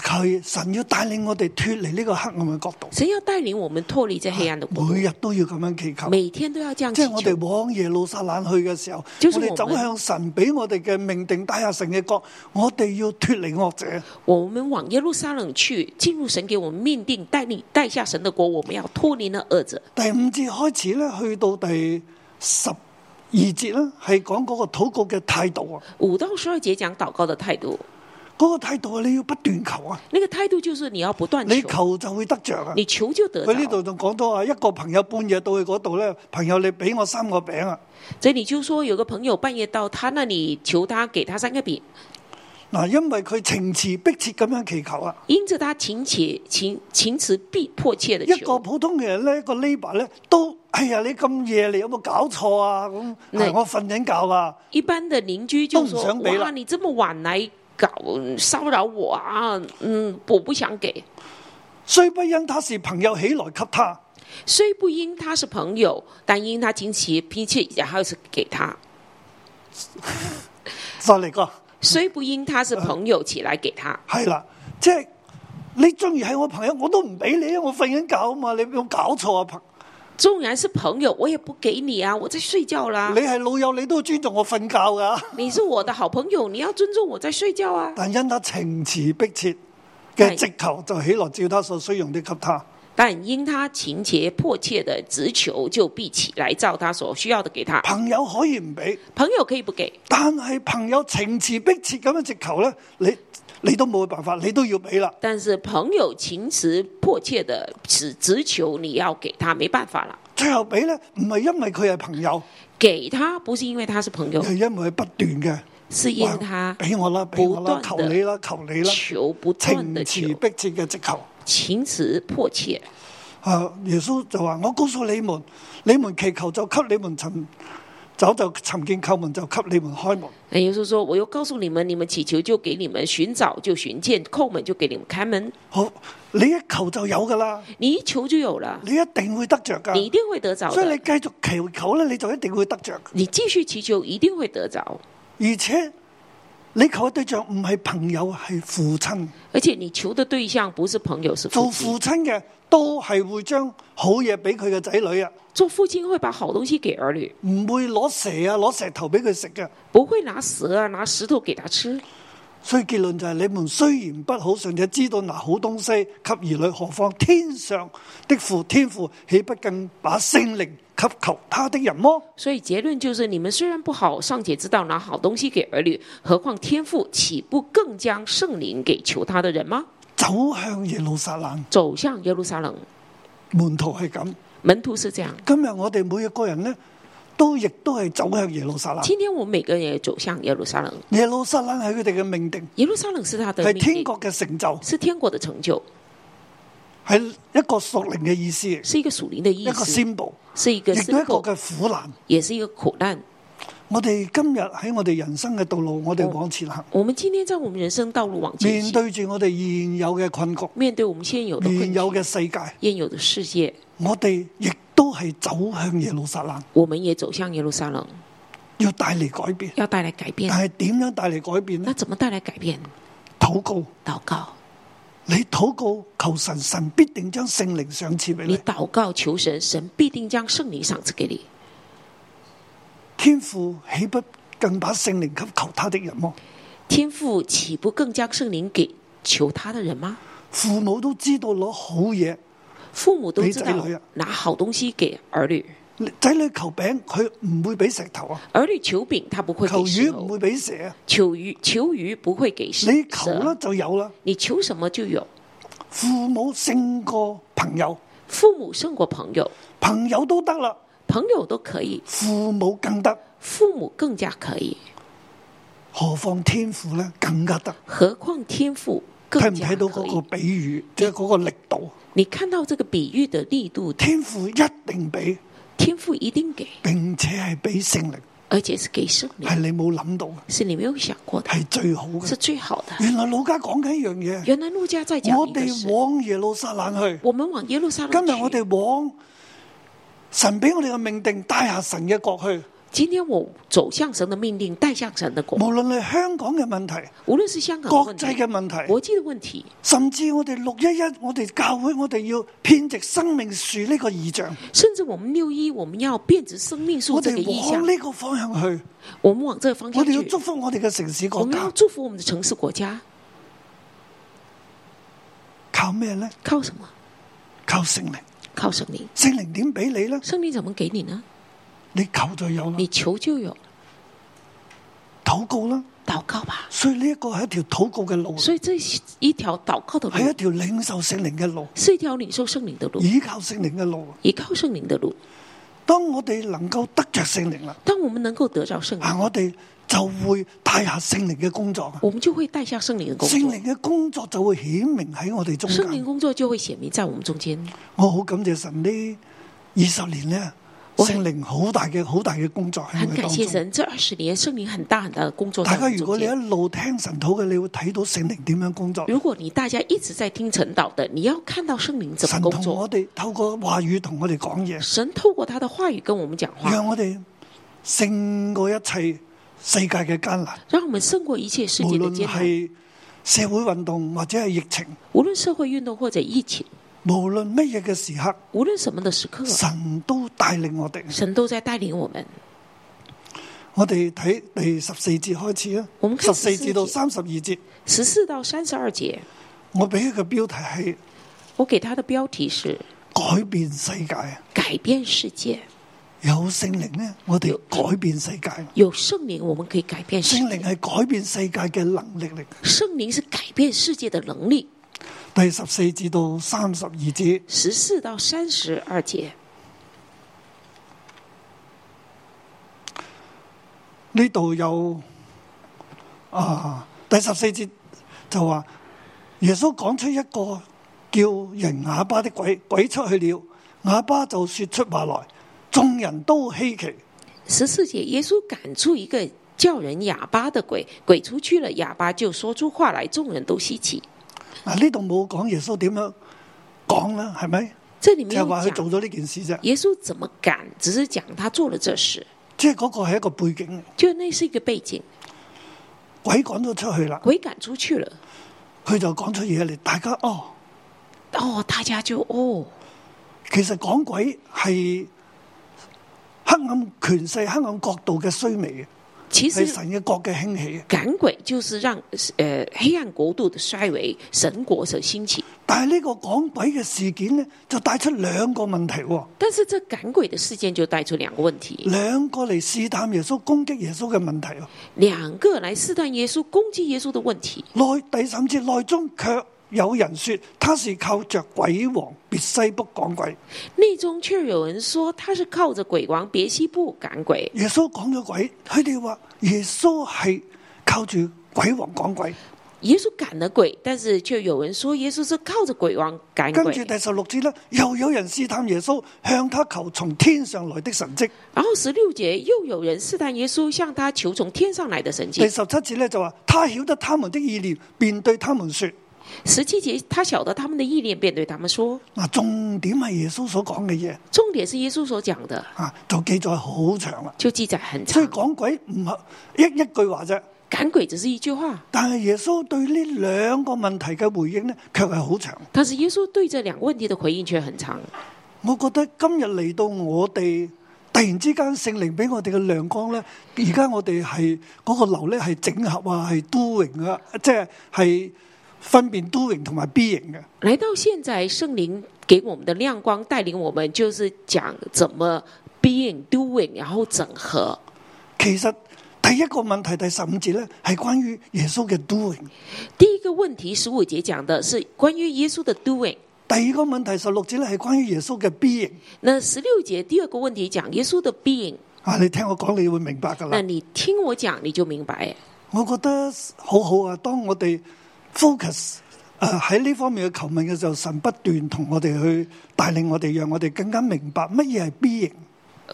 Speaker 2: 佢神要帶領我哋脱離呢個黑暗嘅國度，
Speaker 3: 神要带领我们脱离这黑暗的国度，
Speaker 2: 啊每日都要咁樣祈求。
Speaker 3: 每天都要这样
Speaker 2: 即
Speaker 3: 祈
Speaker 2: 係我
Speaker 3: 求
Speaker 2: 哋。往耶路撒冷去嘅時候，
Speaker 3: 就是
Speaker 2: 我
Speaker 3: 我
Speaker 2: 哋走
Speaker 3: 們
Speaker 2: 向神俾我哋嘅命定底下城嘅國，我哋要脱離惡者。
Speaker 3: 我们往耶路撒冷去，进入神给我们命定带领带下神的国，我们要脱离那恶者。
Speaker 2: 第五節開始咧，去到第十二節啦，係講嗰個禱告嘅態度啊，
Speaker 3: 五到十二节讲祷告的态度，
Speaker 2: 嗰、個態度你要不斷求啊，
Speaker 3: 那个态度就是你要不断
Speaker 2: 你
Speaker 3: 求，
Speaker 2: 求就會得着啊。
Speaker 3: 你求就得
Speaker 2: 佢呢
Speaker 3: 着。
Speaker 2: 度仲講到啊，一個朋友半夜到去嗰度咧，朋友你俾我三個餅啊，
Speaker 3: 这里就说有个朋友半夜到他那里求他给他三个饼，
Speaker 2: 嗱，因為佢情詞迫切咁樣祈求啊。
Speaker 3: 因着他情切情情辞必迫切的
Speaker 2: 一個
Speaker 3: 求。
Speaker 2: 普通嘅人咧，一個 labour 咧，都哎呀，你咁夜你有冇搞錯啊？咁
Speaker 3: 你
Speaker 2: 係我瞓緊覺啊，
Speaker 3: 一般的邻居就
Speaker 2: 都唔
Speaker 3: 说
Speaker 2: 想：俾啦
Speaker 3: 哇，你这么晚来搞骚扰我啊！嗯，我不想给。
Speaker 2: 雖不因他是朋友起來給他，
Speaker 3: 虽不因他是朋友，但因他情其脾气，然后是给他。
Speaker 2: 就嚟個
Speaker 3: 虽不因他是朋友起来给他，
Speaker 2: 係啦，即係你中意係我朋友，我都唔俾你啊！我瞓緊覺啊嘛，你有冇搞錯啊？朋，
Speaker 3: 纵然是朋友，我也不给你啊！我在睡觉啦
Speaker 2: 你。係老友，你都尊重我瞓覺噶。
Speaker 3: 你是我的好朋友，你要尊重我在睡觉啊。
Speaker 2: 但因他情詞迫切
Speaker 3: 係
Speaker 2: 嘅直求，就起來照他所需用的給他。
Speaker 3: 但因他情切迫切的直求，就必起来照他所需要的给他。
Speaker 2: 朋友可以唔俾，
Speaker 3: 朋友可以不给，
Speaker 2: 但係朋友情詞迫切咁樣直求咧，你你都冇辦法，你都要俾啦。
Speaker 3: 但是朋友情辞迫切的直直求，你要给他，没办法了。
Speaker 2: 最後俾咧，唔係因為佢係朋友，
Speaker 3: 给他不是因为他是朋友
Speaker 2: 而，係因為佢不斷嘅
Speaker 3: 是因为
Speaker 2: 話
Speaker 3: 他
Speaker 2: 俾我啦，俾我啦，
Speaker 3: 嗯不
Speaker 2: 求
Speaker 3: 斷地
Speaker 2: 你啦，求你啦，
Speaker 3: 求不断
Speaker 2: 情
Speaker 3: 的求
Speaker 2: 詞，迫切嘅直求。
Speaker 3: 情辞迫切。
Speaker 2: 啊，耶穌就話：我告訴你們，你們祈求就給你們尋，走就尋見，叩門就給你們開門。
Speaker 3: 那耶稣说：“我又告诉你们，你们祈求就给你们，寻找就寻见，叩门就给你们开门。
Speaker 2: 好，你一求就有噶啦，
Speaker 3: 你一求就有了，
Speaker 2: 你一定會得着噶。
Speaker 3: 你一定会得着
Speaker 2: 嗯所以你
Speaker 3: 的。
Speaker 2: 繼續祈求咧，你就一定會得着。
Speaker 3: 你继续祈求，一定会得着。
Speaker 2: 而且你求嘅對象唔係朋友，係父親。
Speaker 3: 而且你求的对象不是朋友，是
Speaker 2: 做
Speaker 3: 父亲。
Speaker 2: 父親嘅都係會將好嘢俾佢嘅仔女啊。
Speaker 3: 做父亲会把好东西给儿女，
Speaker 2: 唔會攞蛇啊，攞石頭俾佢食嘅。
Speaker 3: 不会拿蛇啊、拿石头给他吃。
Speaker 2: 所以結論就係、你們雖然不好，尚且知道拿好東西給兒女，何況天上的父天父，岂不更把聖靈給求他的人麼？
Speaker 3: 所以结论就是：你们虽然不好，尚且知道拿好东西给儿女，何况天父岂不更将圣灵给求他的人吗？
Speaker 2: 走向耶路撒冷，
Speaker 3: 走向耶路撒冷，
Speaker 2: 門徒係咁。
Speaker 3: 门徒是这样。
Speaker 2: 今日我哋每一個人呢，都亦都係走向耶路撒冷。
Speaker 3: 今天我们每个人也走向耶路撒冷。”
Speaker 2: 耶路撒冷係佢哋嘅命定，
Speaker 3: 耶路撒冷是他的
Speaker 2: 係
Speaker 3: 命
Speaker 2: 天
Speaker 3: 定，
Speaker 2: 國嘅成就，
Speaker 3: 是天国的成就，
Speaker 2: 係一個屬靈嘅意思，
Speaker 3: 是一个属灵的意
Speaker 2: 一個
Speaker 3: 思，
Speaker 2: symbol，
Speaker 3: 是一个
Speaker 2: 亦都一個
Speaker 3: symbol，
Speaker 2: 嘅苦難。
Speaker 3: 也是一个苦难。
Speaker 2: 我哋今日喺我哋人生嘅道路，我哋
Speaker 3: 哦
Speaker 2: 往前行，
Speaker 3: 我们今天在我们人生道路往前
Speaker 2: 面
Speaker 3: 行，
Speaker 2: 對住我哋現有嘅困局、
Speaker 3: 面对我们现有的
Speaker 2: 現
Speaker 3: 困
Speaker 2: 有嘅
Speaker 3: 境、
Speaker 2: 世界，
Speaker 3: 现有的世界，
Speaker 2: 我哋亦都係走向耶路撒冷，
Speaker 3: 我们也走向耶路撒冷，
Speaker 2: 要帶嚟改變。
Speaker 3: 要带来改变
Speaker 2: 但。係點樣帶嚟改變
Speaker 3: 那
Speaker 2: 呢？
Speaker 3: 怎么带来改变？
Speaker 2: 禱告，
Speaker 3: 祷告，
Speaker 2: 你禱告求神，神必定將聖靈賞賜俾
Speaker 3: 你
Speaker 2: 你。
Speaker 3: 祷告求神，神必定将圣灵赏赐给你。
Speaker 2: 天父岂不更把聖靈給求他的人麼？
Speaker 3: 天父岂不更将圣灵给求他的人吗？
Speaker 2: 父母都知道攞好嘢，
Speaker 3: 父母都知
Speaker 2: 给
Speaker 3: 道
Speaker 2: 仔女啊
Speaker 3: 拿好东西给儿女，
Speaker 2: 仔女求餅佢唔會俾石頭啊，
Speaker 3: 儿女求饼他不会
Speaker 2: 求
Speaker 3: 给
Speaker 2: 魚
Speaker 3: 石
Speaker 2: 唔
Speaker 3: 头，
Speaker 2: 會俾蛇啊。
Speaker 3: 求鱼求鱼不会给蛇。
Speaker 2: 你求啦就有啦。
Speaker 3: 你求什么就有。
Speaker 2: 父母勝過朋友，
Speaker 3: 父母胜过朋友，
Speaker 2: 朋友都得啦，
Speaker 3: 朋友都可以，
Speaker 2: 父母更得，
Speaker 3: 父母更加可以，
Speaker 2: 何況天父呢？更加得。
Speaker 3: 何况天父
Speaker 2: 睇唔
Speaker 3: 更加
Speaker 2: 睇到
Speaker 3: 可
Speaker 2: 嗰個
Speaker 3: 以。
Speaker 2: 比喻，即係嗰個力度？
Speaker 3: 你看到这个比喻的力度，
Speaker 2: 天父一定俾，
Speaker 3: 天父一定给，
Speaker 2: 並且係俾聖靈，
Speaker 3: 而且是给圣灵，
Speaker 2: 係你冇諗到嘅，
Speaker 3: 是你没有想过的，
Speaker 2: 係最好嘅
Speaker 3: 是。最好的。
Speaker 2: 原來老家講緊一樣嘢，
Speaker 3: 原来陆家在讲
Speaker 2: 我
Speaker 3: 一个
Speaker 2: 哋
Speaker 3: 事，
Speaker 2: 往耶路撒冷去。
Speaker 3: 我们往耶路撒冷
Speaker 2: 今日
Speaker 3: 去
Speaker 2: 我哋往神俾我哋嘅命定，帶下神嘅國去。
Speaker 3: 今天我走向神的命令，带向神的国。
Speaker 2: 無論係香港嘅問題、
Speaker 3: 无论是香港的
Speaker 2: 國
Speaker 3: 问
Speaker 2: 際
Speaker 3: 题
Speaker 2: 嘅、問題，
Speaker 3: 国际的问题，
Speaker 2: 甚至我哋六一一，我哋教會，我哋要編植生命樹呢個意象，
Speaker 3: 甚至我们六一我们要变成生命树
Speaker 2: 我
Speaker 3: 这
Speaker 2: 哋
Speaker 3: 个意
Speaker 2: 往
Speaker 3: 象，
Speaker 2: 呢個方向去。
Speaker 3: 我们往这个方
Speaker 2: 我
Speaker 3: 向
Speaker 2: 哋要
Speaker 3: 去
Speaker 2: 祝。福我哋嘅城市
Speaker 3: 我
Speaker 2: 國
Speaker 3: 们要
Speaker 2: 家，
Speaker 3: 祝福我们的城市国家，
Speaker 2: 靠咩呢？
Speaker 3: 靠什么？
Speaker 2: 靠聖靈。
Speaker 3: 靠圣灵。
Speaker 2: 聖靈點俾你呢？
Speaker 3: 圣灵怎么给你呢？
Speaker 2: 你求就有啦，
Speaker 3: 你求就有，
Speaker 2: 禱告啦。
Speaker 3: 祷告吧。
Speaker 2: 所以呢一個係一條禱告嘅路，
Speaker 3: 所以这是一条祷告的
Speaker 2: 係一
Speaker 3: 路，
Speaker 2: 條領受聖靈嘅路，
Speaker 3: 是一条领受圣灵的路，
Speaker 2: 依靠聖靈嘅路。
Speaker 3: 依靠圣灵的路。
Speaker 2: 當我哋能夠得着聖靈啦，
Speaker 3: 当我们能够得着圣
Speaker 2: 啊，
Speaker 3: 灵，
Speaker 2: 我哋就會帶下聖靈嘅工作。
Speaker 3: 我们就会带下圣灵的工
Speaker 2: 聖
Speaker 3: 作。
Speaker 2: 靈嘅工作就會顯明喺我哋中
Speaker 3: 圣灵
Speaker 2: 間。
Speaker 3: 工作就会显明在我们中间。
Speaker 2: 我哦好感謝神呢二十年呢，
Speaker 3: 我
Speaker 2: 聖靈好大嘅好大嘅工作喺
Speaker 3: 很
Speaker 2: 我哋
Speaker 3: 感
Speaker 2: 當
Speaker 3: 谢
Speaker 2: 中。
Speaker 3: 神，这二十年圣灵很大很大的工作在
Speaker 2: 大
Speaker 3: 我
Speaker 2: 家
Speaker 3: 们
Speaker 2: 如
Speaker 3: 中
Speaker 2: 果你一
Speaker 3: 间。
Speaker 2: 路聽神禱嘅，你會睇到聖靈點樣工作。
Speaker 3: 如果你大家一直在听陈导的，你要看到圣灵怎么
Speaker 2: 神
Speaker 3: 工
Speaker 2: 同
Speaker 3: 作。
Speaker 2: 我哋透過話語同我哋講嘢。
Speaker 3: 神透过他的话语跟我们讲话，
Speaker 2: 让我哋胜过一切世界嘅艰难，
Speaker 3: 让我们胜过一切世
Speaker 2: 无
Speaker 3: 界的
Speaker 2: 论
Speaker 3: 艰难，
Speaker 2: 系社会运动或者系疫情，
Speaker 3: 无论社会运动或者疫情，
Speaker 2: 无论乜嘢嘅时刻，
Speaker 3: 无论什么的时刻，
Speaker 2: 神都带领我哋。
Speaker 3: 神都在带领我们。
Speaker 2: 我哋睇第十四节开始啊
Speaker 3: 我们，
Speaker 2: 十
Speaker 3: 看
Speaker 2: 四至
Speaker 3: 14
Speaker 2: 到三十二节，
Speaker 3: 十四到三十二节，
Speaker 2: 我俾一个标题系
Speaker 3: 我给他的标题是
Speaker 2: 改变世界。啊
Speaker 3: “改变世界
Speaker 2: 有圣灵呢，我哋改变世界。”。
Speaker 3: 有圣灵，我们可以改变世
Speaker 2: 圣灵啊
Speaker 3: 界。
Speaker 2: 系改变世界嘅能力嚟。
Speaker 3: 圣灵是改变世界的能力。
Speaker 2: 第十四至到三十二节，
Speaker 3: 十四到三十二节，
Speaker 2: 呢度有啊，第十四節就話耶穌講出一個叫人啞巴的鬼，鬼出去了，啞巴就說出話來，眾人都稀奇。
Speaker 3: 十四节，耶稣赶出一个叫人哑巴的鬼，鬼出去了，哑巴就说出话来，众人都稀奇。
Speaker 2: 嗱，呢度冇講耶穌點樣講啦，係咪？
Speaker 3: 这里面
Speaker 2: 就係
Speaker 3: 有
Speaker 2: 話佢做
Speaker 3: 讲
Speaker 2: 咗呢件事啫，
Speaker 3: 耶稣怎么赶，只是讲他做了这事，
Speaker 2: 即係嗰個係一個背景。
Speaker 3: 就那是一个背景。
Speaker 2: 鬼趕咗出去啦，
Speaker 3: 鬼赶出去了，
Speaker 2: 佢就講出嘢嚟，大家哦，
Speaker 3: 哦，大家就哦，
Speaker 2: 其實講鬼係黑暗權勢、黑暗國度嘅衰微嘅，
Speaker 3: 其
Speaker 2: 係
Speaker 3: 实
Speaker 2: 神嘅國嘅興起嘅。
Speaker 3: 赶鬼就是让呃黑暗国度的衰微，神国所兴起。
Speaker 2: 但係呢個講鬼嘅事件呢，就帶出兩個問題喎，
Speaker 3: 但是这赶鬼的事件就带出两个问题，
Speaker 2: 兩個嚟試探耶穌、攻擊耶穌嘅問題喎。
Speaker 3: 两个来试探耶稣、攻击耶稣的问题。
Speaker 2: 內第三節內中卻有人說他是靠着鬼王別西卜講鬼。
Speaker 3: 内中却有人说他是靠着鬼王别西卜赶鬼。
Speaker 2: 耶穌講咗鬼，佢哋話耶穌係靠住鬼王講鬼。
Speaker 3: 耶稣赶了鬼，但是却有人说耶稣是靠着鬼王赶
Speaker 2: 跟
Speaker 3: 鬼
Speaker 2: 住。第十六節咧，又有人試探耶穌，向他求從天上來的神迹。
Speaker 3: 然后十六节又有人试探耶稣，向他求从天上来的神迹
Speaker 2: 第。十七節咧就話：他曉得他們的意念，便對他們說。
Speaker 3: 十七节他晓得他们的意念，便对他们说。
Speaker 2: 嗱，重點係耶穌所講嘅嘢
Speaker 3: 重点是耶稣所讲的，
Speaker 2: 啊，就記載好長啦。
Speaker 3: 就记载很
Speaker 2: 所以
Speaker 3: 长。
Speaker 2: 講鬼唔係一一句話啫，
Speaker 3: 赶鬼只是一句话，
Speaker 2: 但係耶穌對呢兩個問題嘅回應呢，卻係好長。
Speaker 3: 但是耶稣对这两个问题的回应却很长。
Speaker 2: 我覺得今日嚟到我哋，突然之間聖靈俾我哋嘅亮光咧，而家我哋係嗰個流咧係整合啊，係 doing 啊，即係係分辨 doing 同埋 B 型嘅。
Speaker 3: 来到现在，圣灵给我们的亮光带领我们，就是讲怎么 being doing，然后整合。
Speaker 2: 其實第一個問題第十五節咧係關於耶穌嘅 doing，
Speaker 3: 第一个问题，十五节讲的是关于耶稣的 doing。
Speaker 2: 第二個問題十六節咧係關於耶穌嘅 B 型。
Speaker 3: 那十六节第二个问题讲耶稣的 being，
Speaker 2: 啊，你聽我講，你會明白噶
Speaker 3: 那
Speaker 2: 啦。
Speaker 3: 你听我讲你就明白。
Speaker 2: 我覺得好好啊，當我哋 focus。誒喺呢方面嘅求問嘅時候，神不斷同我哋去帶領我哋，讓我哋更加明白乜嘢係 B 型。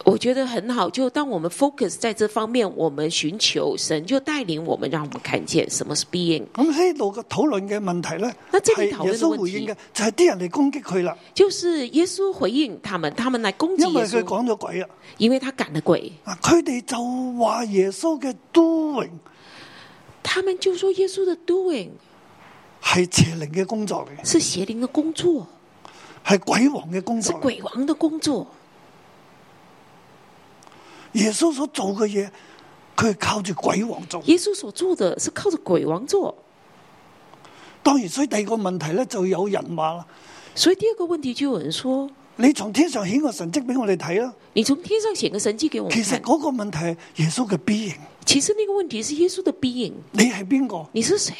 Speaker 3: 我觉得很好，就当我们 focus 在这方面，我们寻求神就带领我们，让我们看见什么是 being，
Speaker 2: 咁呢度嘅討論嘅問題咧，
Speaker 3: 那这
Speaker 2: 係
Speaker 3: 里讨
Speaker 2: 耶
Speaker 3: 论的
Speaker 2: 穌
Speaker 3: 问
Speaker 2: 回應
Speaker 3: 题
Speaker 2: 嘅，就係啲人嚟攻擊佢啦，
Speaker 3: 就是耶穌回应他们，他们来攻击
Speaker 2: 因為
Speaker 3: 耶
Speaker 2: 佢
Speaker 3: 穌，
Speaker 2: 講咗鬼啊。
Speaker 3: 因为他赶了鬼，
Speaker 2: 啊，佢哋就話耶穌嘅 doing
Speaker 3: 他们就说耶穌的 doing
Speaker 2: 係邪靈嘅工作嚟，嘅，
Speaker 3: 是邪灵的工作，
Speaker 2: 係鬼王嘅工
Speaker 3: 是
Speaker 2: 作嚟。
Speaker 3: 鬼王的工作。
Speaker 2: 耶穌所做嘅嘢，佢係靠住鬼王做。
Speaker 3: 耶穌所做的是靠着鬼王做，
Speaker 2: 當然，所以第二個問題咧，就有人話啦：
Speaker 3: 所以第二个问题就有人说，
Speaker 2: 你從天上顯個神迹俾我哋睇啦。啊
Speaker 3: 你从天上显个神迹给我们
Speaker 2: 其實
Speaker 3: 看。
Speaker 2: 嗰個問題係耶穌嘅 B 型，
Speaker 3: 其实那个问题是耶穌的 being，
Speaker 2: 你係邊個？
Speaker 3: 你是谁？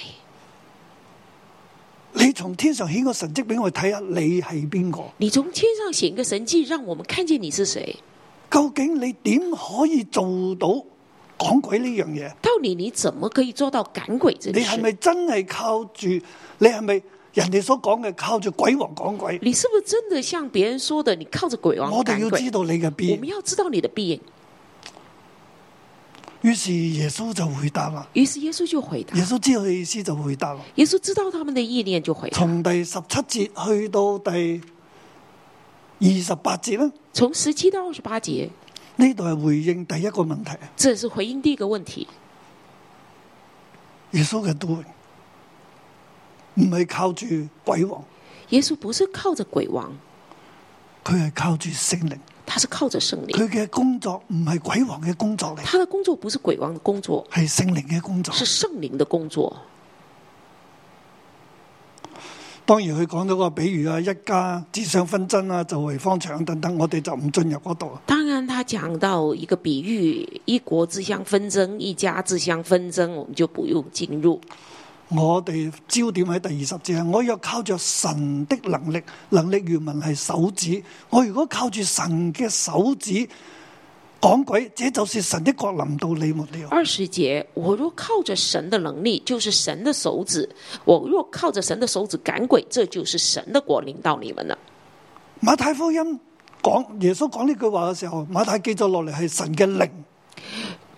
Speaker 2: 你從天上顯個神迹俾我哋睇下，啊你係邊個？
Speaker 3: 你从天上显个神迹，让我们看见你是谁。
Speaker 2: 究竟你點可以做到講鬼呢樣嘢？
Speaker 3: 到底你怎么可以做到赶鬼这
Speaker 2: 你
Speaker 3: 件
Speaker 2: 係
Speaker 3: 事？
Speaker 2: 咪真係靠住？你係咪人哋所講嘅靠住鬼王講鬼？
Speaker 3: 你是不是真的像别人说的，你靠着鬼王
Speaker 2: 我哋
Speaker 3: 赶
Speaker 2: 要知
Speaker 3: 鬼？
Speaker 2: 道你嘅
Speaker 3: 我
Speaker 2: B
Speaker 3: 们。要知道你的必应。
Speaker 2: 於是耶穌就回答啦。
Speaker 3: 于是耶稣就回答
Speaker 2: 耶，穌知佢意思就回答啦。
Speaker 3: 耶稣知道他们的意念就回答。
Speaker 2: 從第十七節去到第二十八節咧，
Speaker 3: 从十七到二十八节，
Speaker 2: 呢度係回應第一個問題，啊
Speaker 3: 这是回应第一个问题，
Speaker 2: 耶穌嘅 doing 唔係靠住鬼王，
Speaker 3: 耶稣不是靠着鬼王，
Speaker 2: 佢係靠住聖靈。
Speaker 3: 他是靠着圣灵。
Speaker 2: 佢嘅工作唔係鬼王嘅工作嚟，
Speaker 3: 他的工作不是鬼王的工作，
Speaker 2: 係聖靈嘅工作。
Speaker 3: 是圣灵的工作。
Speaker 2: 當然佢講到個比喻啊，一家之相紛爭啊，就為方長等等，我哋就唔進入嗰度啊啦。
Speaker 3: 当然，他讲到一个比喻，一国之相纷争，一家之相纷争，我们就不用进入。
Speaker 2: 我哋焦點喺第二十節啊，我若靠着神的能力，能力原文係手指，我如果靠住神嘅手指講鬼，這就是神的國臨到你們了。
Speaker 3: 二十节，我若靠着神的能力，就是神的手指；我若靠着神的手指赶鬼，这就是神的国领到你们了。
Speaker 2: 馬太福音講耶穌講呢句話嘅時候，馬太記載落嚟係神嘅靈，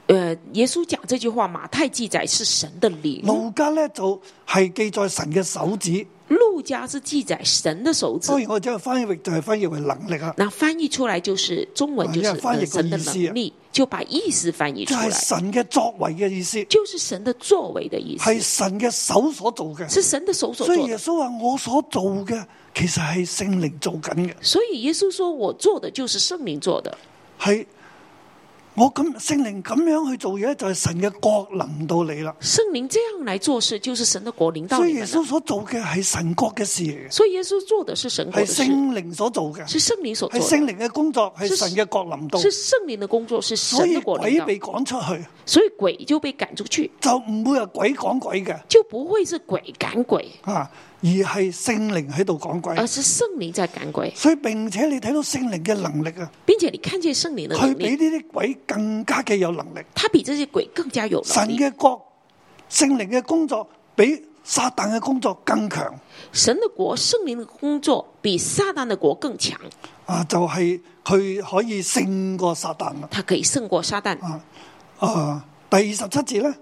Speaker 3: 呃，耶稣讲这句话，马太记载是神的灵，
Speaker 2: 路加呢就係、記載神嘅手指。
Speaker 3: 嗯路加是记载神的手指
Speaker 2: 當。然我將翻譯就係翻譯為能力啊，
Speaker 3: 那翻译出来就是中文，就
Speaker 2: 啊因为
Speaker 3: 是、
Speaker 2: 翻译
Speaker 3: 呃、
Speaker 2: 个
Speaker 3: 神的
Speaker 2: 意思啊
Speaker 3: 能力，就把意思翻译出
Speaker 2: 就係
Speaker 3: 来，
Speaker 2: 神嘅作為嘅意思，
Speaker 3: 就是神的作为的意思，
Speaker 2: 係神嘅手所做嘅。
Speaker 3: 是神的手所
Speaker 2: 所以
Speaker 3: 做
Speaker 2: 耶
Speaker 3: 的。
Speaker 2: 穌話：我所做嘅其實係聖靈做緊嘅，
Speaker 3: 所以耶稣说我做的就是圣灵做的，
Speaker 2: 係我咁聖靈咁樣去做嘢，就係神嘅國臨到你啦。
Speaker 3: 圣灵这样来做事，就是神的国领到
Speaker 2: 所以
Speaker 3: 你
Speaker 2: 耶
Speaker 3: 们了
Speaker 2: 穌。所做嘅係神國嘅事嚟
Speaker 3: 所以耶稣做的是神国
Speaker 2: 嘅，係
Speaker 3: 的事，
Speaker 2: 聖靈所做嘅，
Speaker 3: 是圣灵所
Speaker 2: 係
Speaker 3: 做
Speaker 2: 聖
Speaker 3: 的，
Speaker 2: 靈嘅工作，係神嘅國臨到
Speaker 3: 是。圣灵的工作，是
Speaker 2: 所
Speaker 3: 神
Speaker 2: 以
Speaker 3: 的国领
Speaker 2: 鬼
Speaker 3: 导。
Speaker 2: 被趕出去，
Speaker 3: 所以鬼就被赶出去，
Speaker 2: 就唔會係鬼講鬼嘅
Speaker 3: 就不会是鬼赶鬼，
Speaker 2: 啊，而係聖靈喺度講鬼。
Speaker 3: 而啊是圣灵在赶鬼，
Speaker 2: 所以並且你睇到聖靈嘅能力啊，
Speaker 3: 并且你看见圣灵的
Speaker 2: 佢
Speaker 3: 能
Speaker 2: 比
Speaker 3: 力，
Speaker 2: 呢啲鬼更加嘅有能力。
Speaker 3: 他比这些鬼更加有
Speaker 2: 神
Speaker 3: 能力。
Speaker 2: 嘅國、聖靈嘅工作比撒旦嘅工作更強
Speaker 3: 神的国，圣灵的工作比撒旦的国更强，
Speaker 2: 啊！就係、佢可以勝過撒旦啦。
Speaker 3: 它可以胜过撒旦。
Speaker 2: 啊，第二十七節咧，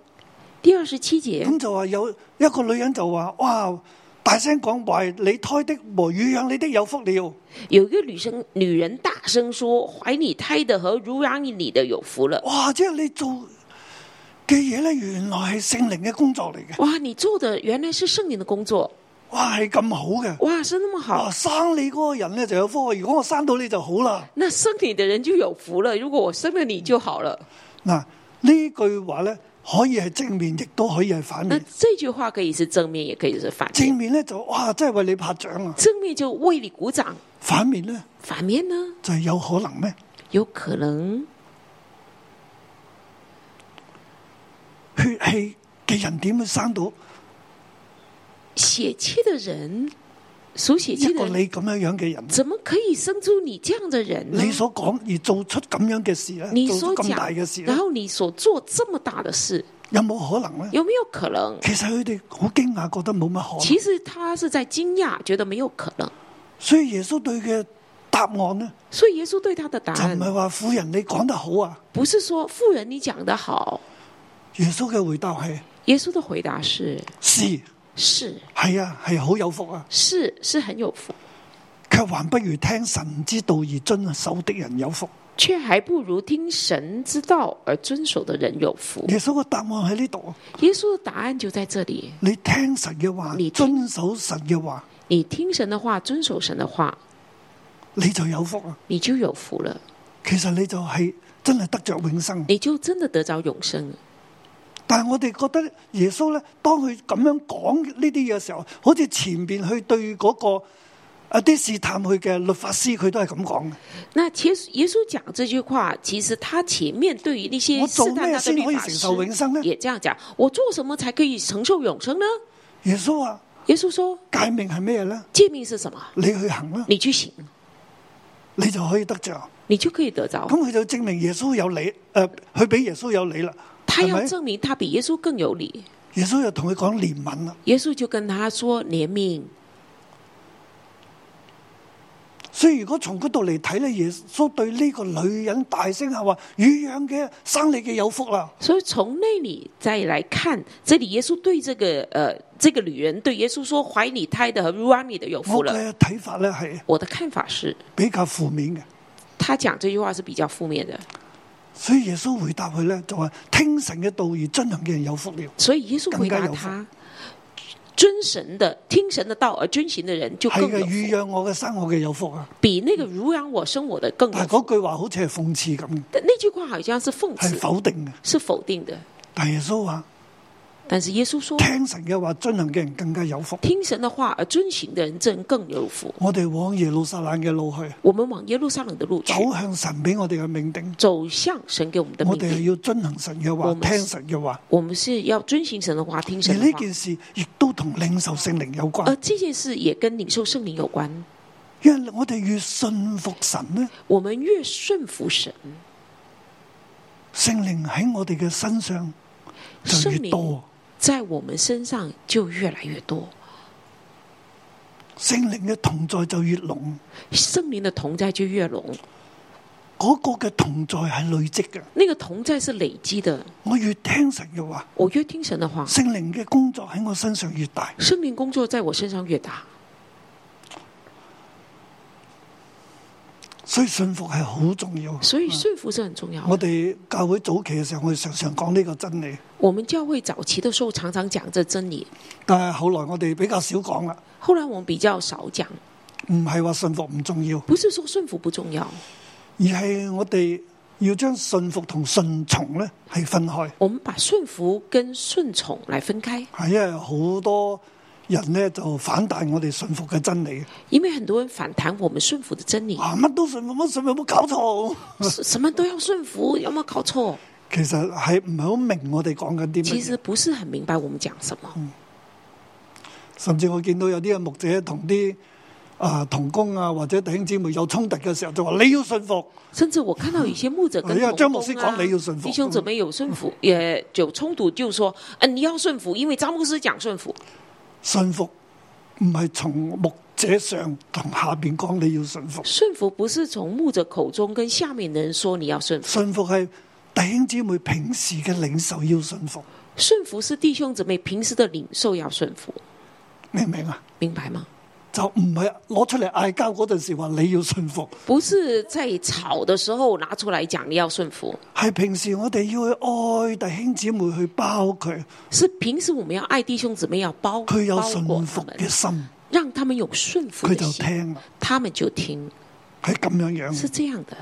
Speaker 3: 第二十七节，
Speaker 2: 咁就話有一個女人就話：哇！大聲講懷你胎的和乳養你的有福了。
Speaker 3: 有一个女生女人大声说：“怀你胎的和乳养你的有福了。
Speaker 2: 哇！即係你做嘅嘢咧，原來係聖靈嘅工作嚟嘅。”
Speaker 3: 哇，你做的原来是圣灵的工作，
Speaker 2: 哇，係咁好嘅。
Speaker 3: 哇，是那么好
Speaker 2: 哇！。生你嗰個人咧就有福，如果我生到你就好啦。
Speaker 3: 那生你的人就有福了。如果我生了你就好了。
Speaker 2: 嗱，呢句話咧可以係正面，亦都可以係反
Speaker 3: 那
Speaker 2: 面。
Speaker 3: 这句话可以是正面，也可以是反
Speaker 2: 正
Speaker 3: 面。
Speaker 2: 面咧就哇，嗯真係為你拍掌啊！
Speaker 3: 正面就为你鼓掌，
Speaker 2: 反面咧
Speaker 3: 反面呢，
Speaker 2: 就係有可能咩？
Speaker 3: 有可能
Speaker 2: 血氣嘅人點會生到
Speaker 3: 血气的人，属血
Speaker 2: 一
Speaker 3: 气的
Speaker 2: 個
Speaker 3: 人，嗯
Speaker 2: 你咁樣樣嘅人？
Speaker 3: 怎么可以生出你这样的人呢？
Speaker 2: 你所講而做出咁樣嘅事咧，
Speaker 3: 你
Speaker 2: 做
Speaker 3: 所
Speaker 2: 出咁大
Speaker 3: 讲
Speaker 2: 嘅事，咧
Speaker 3: 然，后你所做这么大的事，
Speaker 2: 有冇可能咧？
Speaker 3: 有没有可能？
Speaker 2: 其實佢哋好驚訝，覺得冇乜可能。
Speaker 3: 其实他是在惊讶，觉得没有可能。
Speaker 2: 所以耶穌對嘅答案咧，
Speaker 3: 所以耶稣对他的答
Speaker 2: 就唔
Speaker 3: 案
Speaker 2: 係話婦人你講得好啊。
Speaker 3: 不是说富人你讲的好，
Speaker 2: 耶穌嘅回答係
Speaker 3: 耶稣的回答是
Speaker 2: 是。
Speaker 3: 是
Speaker 2: 系啊，系好有福啊！
Speaker 3: 是是很有福，
Speaker 2: 却还不如听神之道而遵守的人有福。
Speaker 3: 却还不如听神之道而遵守的人有福。
Speaker 2: 耶稣嘅答案喺呢度，
Speaker 3: 耶稣的答案就在这里：
Speaker 2: 你听神嘅话
Speaker 3: 你，聽
Speaker 2: 遵守神嘅话，
Speaker 3: 你听神的话，遵守神的话，
Speaker 2: 你就有福啊！
Speaker 3: 你就有福了，
Speaker 2: 其实你就系真系得着永生。
Speaker 3: 你就真的得着永生。
Speaker 2: 但系我哋觉得耶稣咧，当佢咁样讲呢啲嘢嘅时候，好似前边去对嗰、個个啊啲试探佢嘅律法师，佢都系咁讲嘅。
Speaker 3: 那其实耶稣讲这句话，其实他前面对于那些
Speaker 2: 我
Speaker 3: 试
Speaker 2: 做
Speaker 3: 探
Speaker 2: 咩
Speaker 3: 他的
Speaker 2: 先可
Speaker 3: 律
Speaker 2: 以
Speaker 3: 法
Speaker 2: 承受永
Speaker 3: 师，
Speaker 2: 生呢？
Speaker 3: 也这样讲：我做什么才可以承受永生呢？
Speaker 2: 耶稣话
Speaker 3: 耶稣说：
Speaker 2: 诫命系咩咧？
Speaker 3: 诫命是什么？
Speaker 2: 你去行啦，
Speaker 3: 你去行，
Speaker 2: 你就可以得着。
Speaker 3: 你就可以得着
Speaker 2: 咁。佢就證明耶穌有理，诶、佢比耶穌有理啦，
Speaker 3: 他
Speaker 2: 係
Speaker 3: 要
Speaker 2: 咪？
Speaker 3: 证明他比耶稣更有理。
Speaker 2: 耶穌又同佢講憐憫啦，
Speaker 3: 耶稣就跟他说怜悯。
Speaker 2: 所以如果從嗰度嚟睇咧，耶穌對呢個女人大聲係話：乳養嘅生你嘅有福啦，
Speaker 3: 所以从那里再来看，这里耶稣对这个呃这个女人对耶稣说怀你胎的和乳养你的有福
Speaker 2: 我
Speaker 3: 了。
Speaker 2: 嘅睇法咧係
Speaker 3: 我的看法是，
Speaker 2: 比較負面嘅，
Speaker 3: 他讲这句话是比较负面的。
Speaker 2: 所以耶穌回答佢咧就話：聽神嘅道而遵行嘅人有福了，
Speaker 3: 所以耶稣回答
Speaker 2: 更加
Speaker 3: 他：遵神的、听神的道而遵行的人，就
Speaker 2: 係
Speaker 3: 更
Speaker 2: 嘅
Speaker 3: 有
Speaker 2: 乳
Speaker 3: 福，
Speaker 2: 養我嘅生我嘅有福啊！
Speaker 3: 比那个乳养我、生我的更有
Speaker 2: 但係
Speaker 3: 福。
Speaker 2: 嗰句話好似係諷刺咁，
Speaker 3: 但那句话好像是讽
Speaker 2: 係
Speaker 3: 刺，
Speaker 2: 否定嘅。
Speaker 3: 是否定的。
Speaker 2: 但係耶穌話：
Speaker 3: 但是耶稣说，
Speaker 2: 聽神嘅話遵行嘅人更加有福。
Speaker 3: 听神的话而遵行的人，真更有福。
Speaker 2: 我哋往耶路撒冷嘅路去。
Speaker 3: 我们往耶路撒冷的路去，
Speaker 2: 走啊向神俾我哋嘅命定，
Speaker 3: 走向神给我们的
Speaker 2: 我
Speaker 3: 命
Speaker 2: 哋係
Speaker 3: 定。
Speaker 2: 要遵行神嘅話，
Speaker 3: 我們
Speaker 2: 聽神嘅話。
Speaker 3: 我们是要遵行神的话，听
Speaker 2: 而
Speaker 3: 神的
Speaker 2: 呢
Speaker 3: 话。呃
Speaker 2: 件事亦都同領受聖靈有
Speaker 3: 而
Speaker 2: 關，
Speaker 3: 这件事也跟领受圣灵有关。
Speaker 2: 因為我哋越信服神呢，
Speaker 3: 我们越顺服神，
Speaker 2: 聖靈喺我哋嘅身上就
Speaker 3: 圣
Speaker 2: 越
Speaker 3: 灵
Speaker 2: 多。
Speaker 3: 在我们身上就越来越多，
Speaker 2: 聖靈嘅同在就越濃，
Speaker 3: 圣灵的同在就越浓。
Speaker 2: 嗰、個嘅同在係累積嘅。
Speaker 3: 那个同在是累积的。
Speaker 2: 我越聽神嘅話，
Speaker 3: 我越听神的话，
Speaker 2: 聖靈嘅工作喺我身上越大。
Speaker 3: 圣灵工作在我身上越大，
Speaker 2: 所以信服係好重要。
Speaker 3: 所以顺服是很重要
Speaker 2: 我
Speaker 3: 的。
Speaker 2: 哋教會早期嘅時候，我哋常常講呢個真理，
Speaker 3: 我们教会早期的时候常常讲这真理，
Speaker 2: 但係後來我哋比較少講啦。
Speaker 3: 后来我们比较少讲。
Speaker 2: 唔係話信服唔重要。
Speaker 3: 不是说顺服不重要，
Speaker 2: 而係我哋要將信服同順從咧係分開，
Speaker 3: 我们把顺服跟顺从来分开，
Speaker 2: 係因為好多人咧就反彈我哋信服嘅真理，
Speaker 3: 因为很多人反弹我们顺服的真理，
Speaker 2: 啊乜都信服，乜信服有冇搞錯？
Speaker 3: 什什么都要顺服，有没有搞错？
Speaker 2: 其實係唔係好明我哋講緊啲
Speaker 3: 其
Speaker 2: 乜嘢？
Speaker 3: 实不是很明白我们讲什么，
Speaker 2: 甚至我見到有啲嘅牧者同啲啊童工啊或者弟兄姊妹有衝突嘅時候，就話你要信服，
Speaker 3: 甚至我看到有些牧者跟
Speaker 2: 哎呀
Speaker 3: 同
Speaker 2: 张牧师
Speaker 3: 工啊
Speaker 2: 讲你要顺服
Speaker 3: 弟兄嗯姊妹有顺服，也有冲突，就说，嗯、你要顺服，因为张牧师讲顺服，
Speaker 2: 信服唔係從牧者上同下边講你要信服，
Speaker 3: 顺服不是从牧者口中跟下面的人说你要顺服，
Speaker 2: 信服係弟兄姊妹平時嘅領袖要信服，
Speaker 3: 顺服是弟兄姊妹平时的领受要顺服，
Speaker 2: 明唔明啊？
Speaker 3: 明白吗？
Speaker 2: 就唔係攞出嚟嗌交嗰陣時話你要信服，
Speaker 3: 不是在吵的时候拿出来讲你要顺服，
Speaker 2: 係平時我哋要去愛弟兄姊妹去包佢，
Speaker 3: 是平时我们要爱弟兄姊妹要包
Speaker 2: 佢有
Speaker 3: 包裹
Speaker 2: 信
Speaker 3: 他
Speaker 2: 服
Speaker 3: 们
Speaker 2: 嘅，心，
Speaker 3: 让他们有顺服
Speaker 2: 佢
Speaker 3: 的
Speaker 2: 就
Speaker 3: 心，
Speaker 2: 聽啦，
Speaker 3: 他们就听，
Speaker 2: 係咁樣樣。
Speaker 3: 是这样的。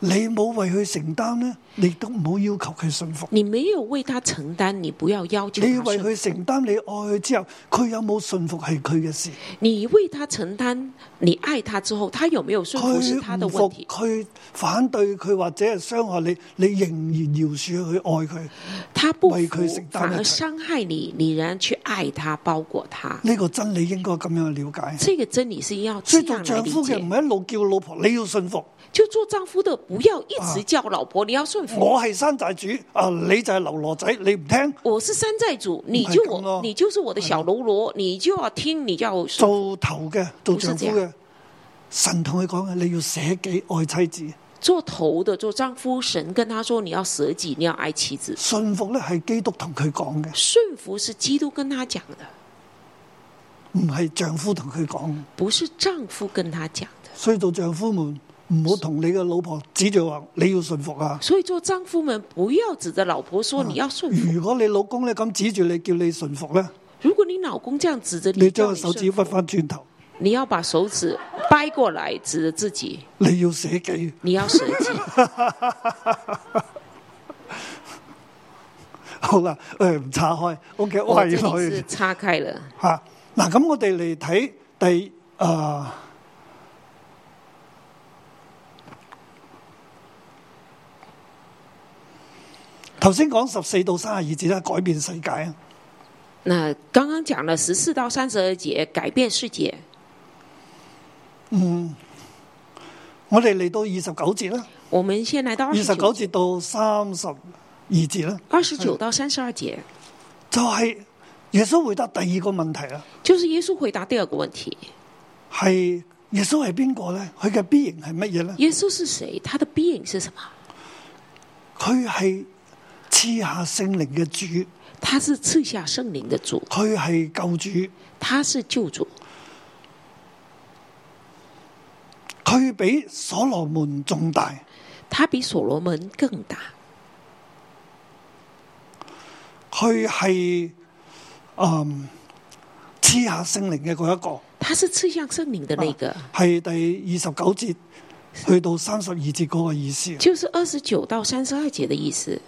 Speaker 2: 你冇為佢承擔呢，你都唔好要求佢信服。
Speaker 3: 你没有为他承担，你不要要求
Speaker 2: 你
Speaker 3: 他
Speaker 2: 為
Speaker 3: 顺服。
Speaker 2: 佢承擔，你愛佢之後，佢有冇信服係佢嘅事。
Speaker 3: 你为他承担，你爱他之后，他有没有顺服是他
Speaker 2: 佢
Speaker 3: 的
Speaker 2: 唔
Speaker 3: 问
Speaker 2: 服
Speaker 3: 题。
Speaker 2: 佢反對佢或者係傷害你，你仍然饒恕佢愛佢，呢、
Speaker 3: 他不
Speaker 2: 为
Speaker 3: 服
Speaker 2: 佢承，担
Speaker 3: 反
Speaker 2: 一
Speaker 3: 而
Speaker 2: 切
Speaker 3: 伤害你，你仍然去爱他、包裹他。
Speaker 2: 個真理應該咁樣了解。
Speaker 3: 这个真理是要
Speaker 2: 所
Speaker 3: 这
Speaker 2: 以做
Speaker 3: 样来
Speaker 2: 丈
Speaker 3: 理
Speaker 2: 夫嘅
Speaker 3: 解
Speaker 2: 唔。係一路叫老婆你要信服，
Speaker 3: 就做丈夫的，不要一直叫老婆，你要顺服。
Speaker 2: 我係山寨主啊，你就係流羅仔，你唔聽
Speaker 3: 我是山寨主，你就
Speaker 2: 不是这样
Speaker 3: 我
Speaker 2: 咯，
Speaker 3: 你就是我的小喽啰，你就要听，你就要顺
Speaker 2: 做頭嘅做丈夫
Speaker 3: 不是
Speaker 2: 嘅，神同佢講嘅，你要捨己愛妻子，
Speaker 3: 做头的，做丈夫。神跟他说，你要舍己，你要爱妻子。
Speaker 2: 信服咧係基督同佢講嘅，
Speaker 3: 顺服是基督跟他讲的，
Speaker 2: 唔係丈夫同佢講。
Speaker 3: 不是丈夫跟他讲的。
Speaker 2: 所以做丈夫們唔好同你嘅老婆指住話你要信服啊！
Speaker 3: 所以做丈夫们不要指着老婆说你要顺服。
Speaker 2: 如果你老公咧咁指住你叫你順服咧，
Speaker 3: 如果你老公这样指着
Speaker 2: 你
Speaker 3: 你，
Speaker 2: 將
Speaker 3: 叫
Speaker 2: 個
Speaker 3: 你
Speaker 2: 手
Speaker 3: 顺
Speaker 2: 指屈
Speaker 3: 服，
Speaker 2: 翻轉頭，
Speaker 3: 你要把手指掰过来指着自己，
Speaker 2: 你要捨己，
Speaker 3: 你要舍
Speaker 2: (laughs)
Speaker 3: 己。
Speaker 2: 好啦，诶、唔岔開 o k
Speaker 3: 我
Speaker 2: 歪
Speaker 3: 哦这里是
Speaker 2: 去
Speaker 3: 岔开了。
Speaker 2: 吓。嗱，咁我哋嚟睇第啊頭先講十四到三十二節啦，改變世界啊！
Speaker 3: 那刚刚讲了十四到三十二节，改变世界。
Speaker 2: 我哋嚟到二十九節啦，
Speaker 3: 我们先来到
Speaker 2: 二
Speaker 3: 二
Speaker 2: 十
Speaker 3: 十
Speaker 2: 九
Speaker 3: 九
Speaker 2: 節到三十二節啦。
Speaker 3: 二十九到三十二节，
Speaker 2: 就係耶穌回答第二個問題啦，
Speaker 3: 就是耶穌回答第二个问题：
Speaker 2: 係耶穌係邊個咧？佢嘅 B 型係乜嘢咧？
Speaker 3: 耶稣是谁？他的 being 是什么？
Speaker 2: 佢係賜下聖靈嘅主，
Speaker 3: 他是赐下圣灵的主，
Speaker 2: 佢係救主，
Speaker 3: 他是救主，
Speaker 2: 佢比所羅門仲大，
Speaker 3: 他比所罗门更大，
Speaker 2: 佢係嗯賜下聖靈嘅嗰一個，
Speaker 3: 他是赐下圣灵的那个，
Speaker 2: 係第二十九節去到三十二節嗰個意思。
Speaker 3: 就是二十九到三十二节的意思。